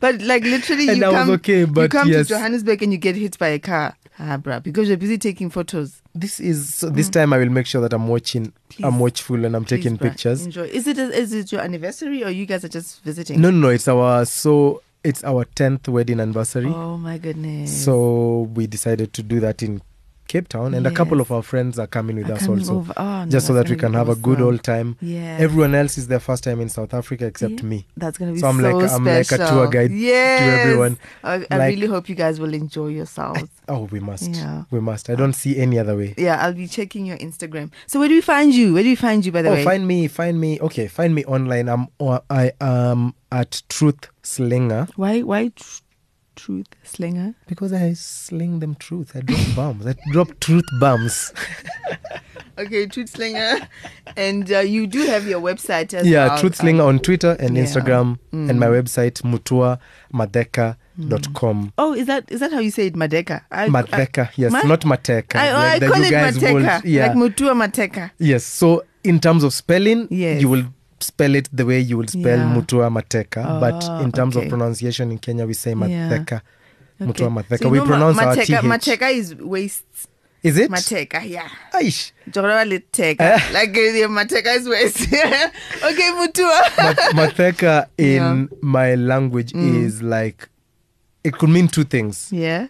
[SPEAKER 1] But, like, literally,
[SPEAKER 2] And
[SPEAKER 1] you
[SPEAKER 2] I was
[SPEAKER 1] come,
[SPEAKER 2] okay,
[SPEAKER 1] you
[SPEAKER 2] but
[SPEAKER 1] come
[SPEAKER 2] yes.
[SPEAKER 1] to Johannesburg and you get hit by a car. Ah, bruh. Because you're busy taking photos.
[SPEAKER 2] This is so this time. I will make sure that I'm watching. I'm watchful and I'm
[SPEAKER 1] Mm. Please,
[SPEAKER 2] taking
[SPEAKER 1] bruh,
[SPEAKER 2] pictures.
[SPEAKER 1] Enjoy. Is it, is it your anniversary or you guys are just visiting?
[SPEAKER 2] No, no, no. It's our so it's our tenth wedding anniversary.
[SPEAKER 1] Oh, my goodness.
[SPEAKER 2] So we decided to do that in Cape Town, and a couple
[SPEAKER 1] Yes.
[SPEAKER 2] of our friends are coming with
[SPEAKER 1] Are
[SPEAKER 2] us
[SPEAKER 1] coming
[SPEAKER 2] also,
[SPEAKER 1] over. Oh, no,
[SPEAKER 2] just so
[SPEAKER 1] that's
[SPEAKER 2] that we
[SPEAKER 1] gonna
[SPEAKER 2] can
[SPEAKER 1] be
[SPEAKER 2] have a good
[SPEAKER 1] awesome.
[SPEAKER 2] old time.
[SPEAKER 1] Yeah.
[SPEAKER 2] Everyone else is their first time in South Africa except
[SPEAKER 1] Yeah.
[SPEAKER 2] me.
[SPEAKER 1] That's gonna be
[SPEAKER 2] So I'm like- I'm like a
[SPEAKER 1] special.
[SPEAKER 2] tour guide to
[SPEAKER 1] Yes.
[SPEAKER 2] everyone.
[SPEAKER 1] I, I
[SPEAKER 2] Like-
[SPEAKER 1] really hope you guys will enjoy yourselves.
[SPEAKER 2] Oh, we must.
[SPEAKER 1] Yeah.
[SPEAKER 2] We must. I don't see any other way.
[SPEAKER 1] Yeah, I'll be checking your Instagram. So where do we find you? Where do we find you by the
[SPEAKER 2] oh,
[SPEAKER 1] way?
[SPEAKER 2] find me, find me. Okay, find me online. I'm or I am at Truth Slinger
[SPEAKER 1] why why tr- truth slinger?
[SPEAKER 2] because I sling them truth. I drop [laughs] bombs. I drop truth bombs.
[SPEAKER 1] Okay, truth slinger. and uh, you do have your website as
[SPEAKER 2] yeah,
[SPEAKER 1] well.
[SPEAKER 2] Truth Slinger on Twitter and
[SPEAKER 1] yeah. Mm.
[SPEAKER 2] Instagram and my website mutuamadeka.com.
[SPEAKER 1] Oh, is that is that how you say it, Madeka? I,
[SPEAKER 2] Madeka, yes,
[SPEAKER 1] Ma-
[SPEAKER 2] not Mateka.
[SPEAKER 1] I, I, oh, I
[SPEAKER 2] that
[SPEAKER 1] call it
[SPEAKER 2] will-
[SPEAKER 1] Mateka.
[SPEAKER 2] yeah,
[SPEAKER 1] Like Mutua Mateka.
[SPEAKER 2] yes. So in terms of spelling,
[SPEAKER 1] Yes.
[SPEAKER 2] you will spell it the way you will spell
[SPEAKER 1] Yeah.
[SPEAKER 2] Mutua Mateka,
[SPEAKER 1] Ah,
[SPEAKER 2] but in terms
[SPEAKER 1] okay.
[SPEAKER 2] of pronunciation in Kenya, we say
[SPEAKER 1] Okay.
[SPEAKER 2] Mateka. Mutua Mateka.
[SPEAKER 1] So you
[SPEAKER 2] we
[SPEAKER 1] know Ma-
[SPEAKER 2] pronounce our
[SPEAKER 1] Mateka,
[SPEAKER 2] TH.
[SPEAKER 1] Mateka is
[SPEAKER 2] [laughs]
[SPEAKER 1] waist.
[SPEAKER 2] Is it?
[SPEAKER 1] Mateka, yeah.
[SPEAKER 2] Aish.
[SPEAKER 1] Jogora
[SPEAKER 2] Eh.
[SPEAKER 1] Mateka. like uh, yeah, Mateka is waist. [laughs] okay, Mutua.
[SPEAKER 2] Mat- Mateka
[SPEAKER 1] [laughs]
[SPEAKER 2] in
[SPEAKER 1] Yeah. Mm.
[SPEAKER 2] my language is like, it could mean two things.
[SPEAKER 1] Yeah.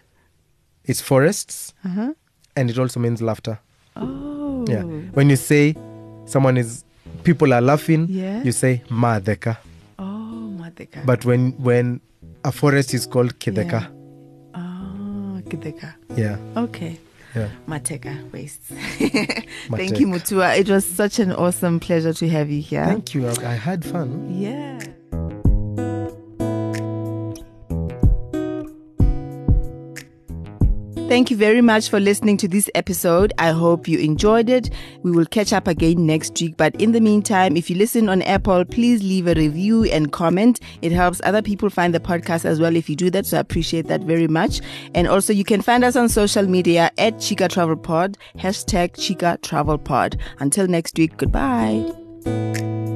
[SPEAKER 2] It's forests,
[SPEAKER 1] Uh-huh.
[SPEAKER 2] and it also means laughter.
[SPEAKER 1] Oh.
[SPEAKER 2] Yeah. When you say someone is people are laughing,
[SPEAKER 1] Yeah.
[SPEAKER 2] you say madeka.
[SPEAKER 1] Oh, Mateka.
[SPEAKER 2] But when when a forest is called
[SPEAKER 1] Yeah.
[SPEAKER 2] kideka.
[SPEAKER 1] Ah, Gideka.
[SPEAKER 2] Yeah.
[SPEAKER 1] Okay.
[SPEAKER 2] Yeah.
[SPEAKER 1] Mateka wastes. Thank you,
[SPEAKER 2] Mateka.
[SPEAKER 1] Mutua. It was such an awesome pleasure to have you here.
[SPEAKER 2] Thank you. I I had fun.
[SPEAKER 1] yeah. Thank you very much for listening to this episode. I hope you enjoyed it. We will catch up again next week. But in the meantime, if you listen on Apple, please leave a review and comment. It helps other people find the podcast as well if you do that. So I appreciate that very much. And also, you can find us on social media at Chica Travel Pod, hashtag Chica Travel Pod. Until next week, goodbye.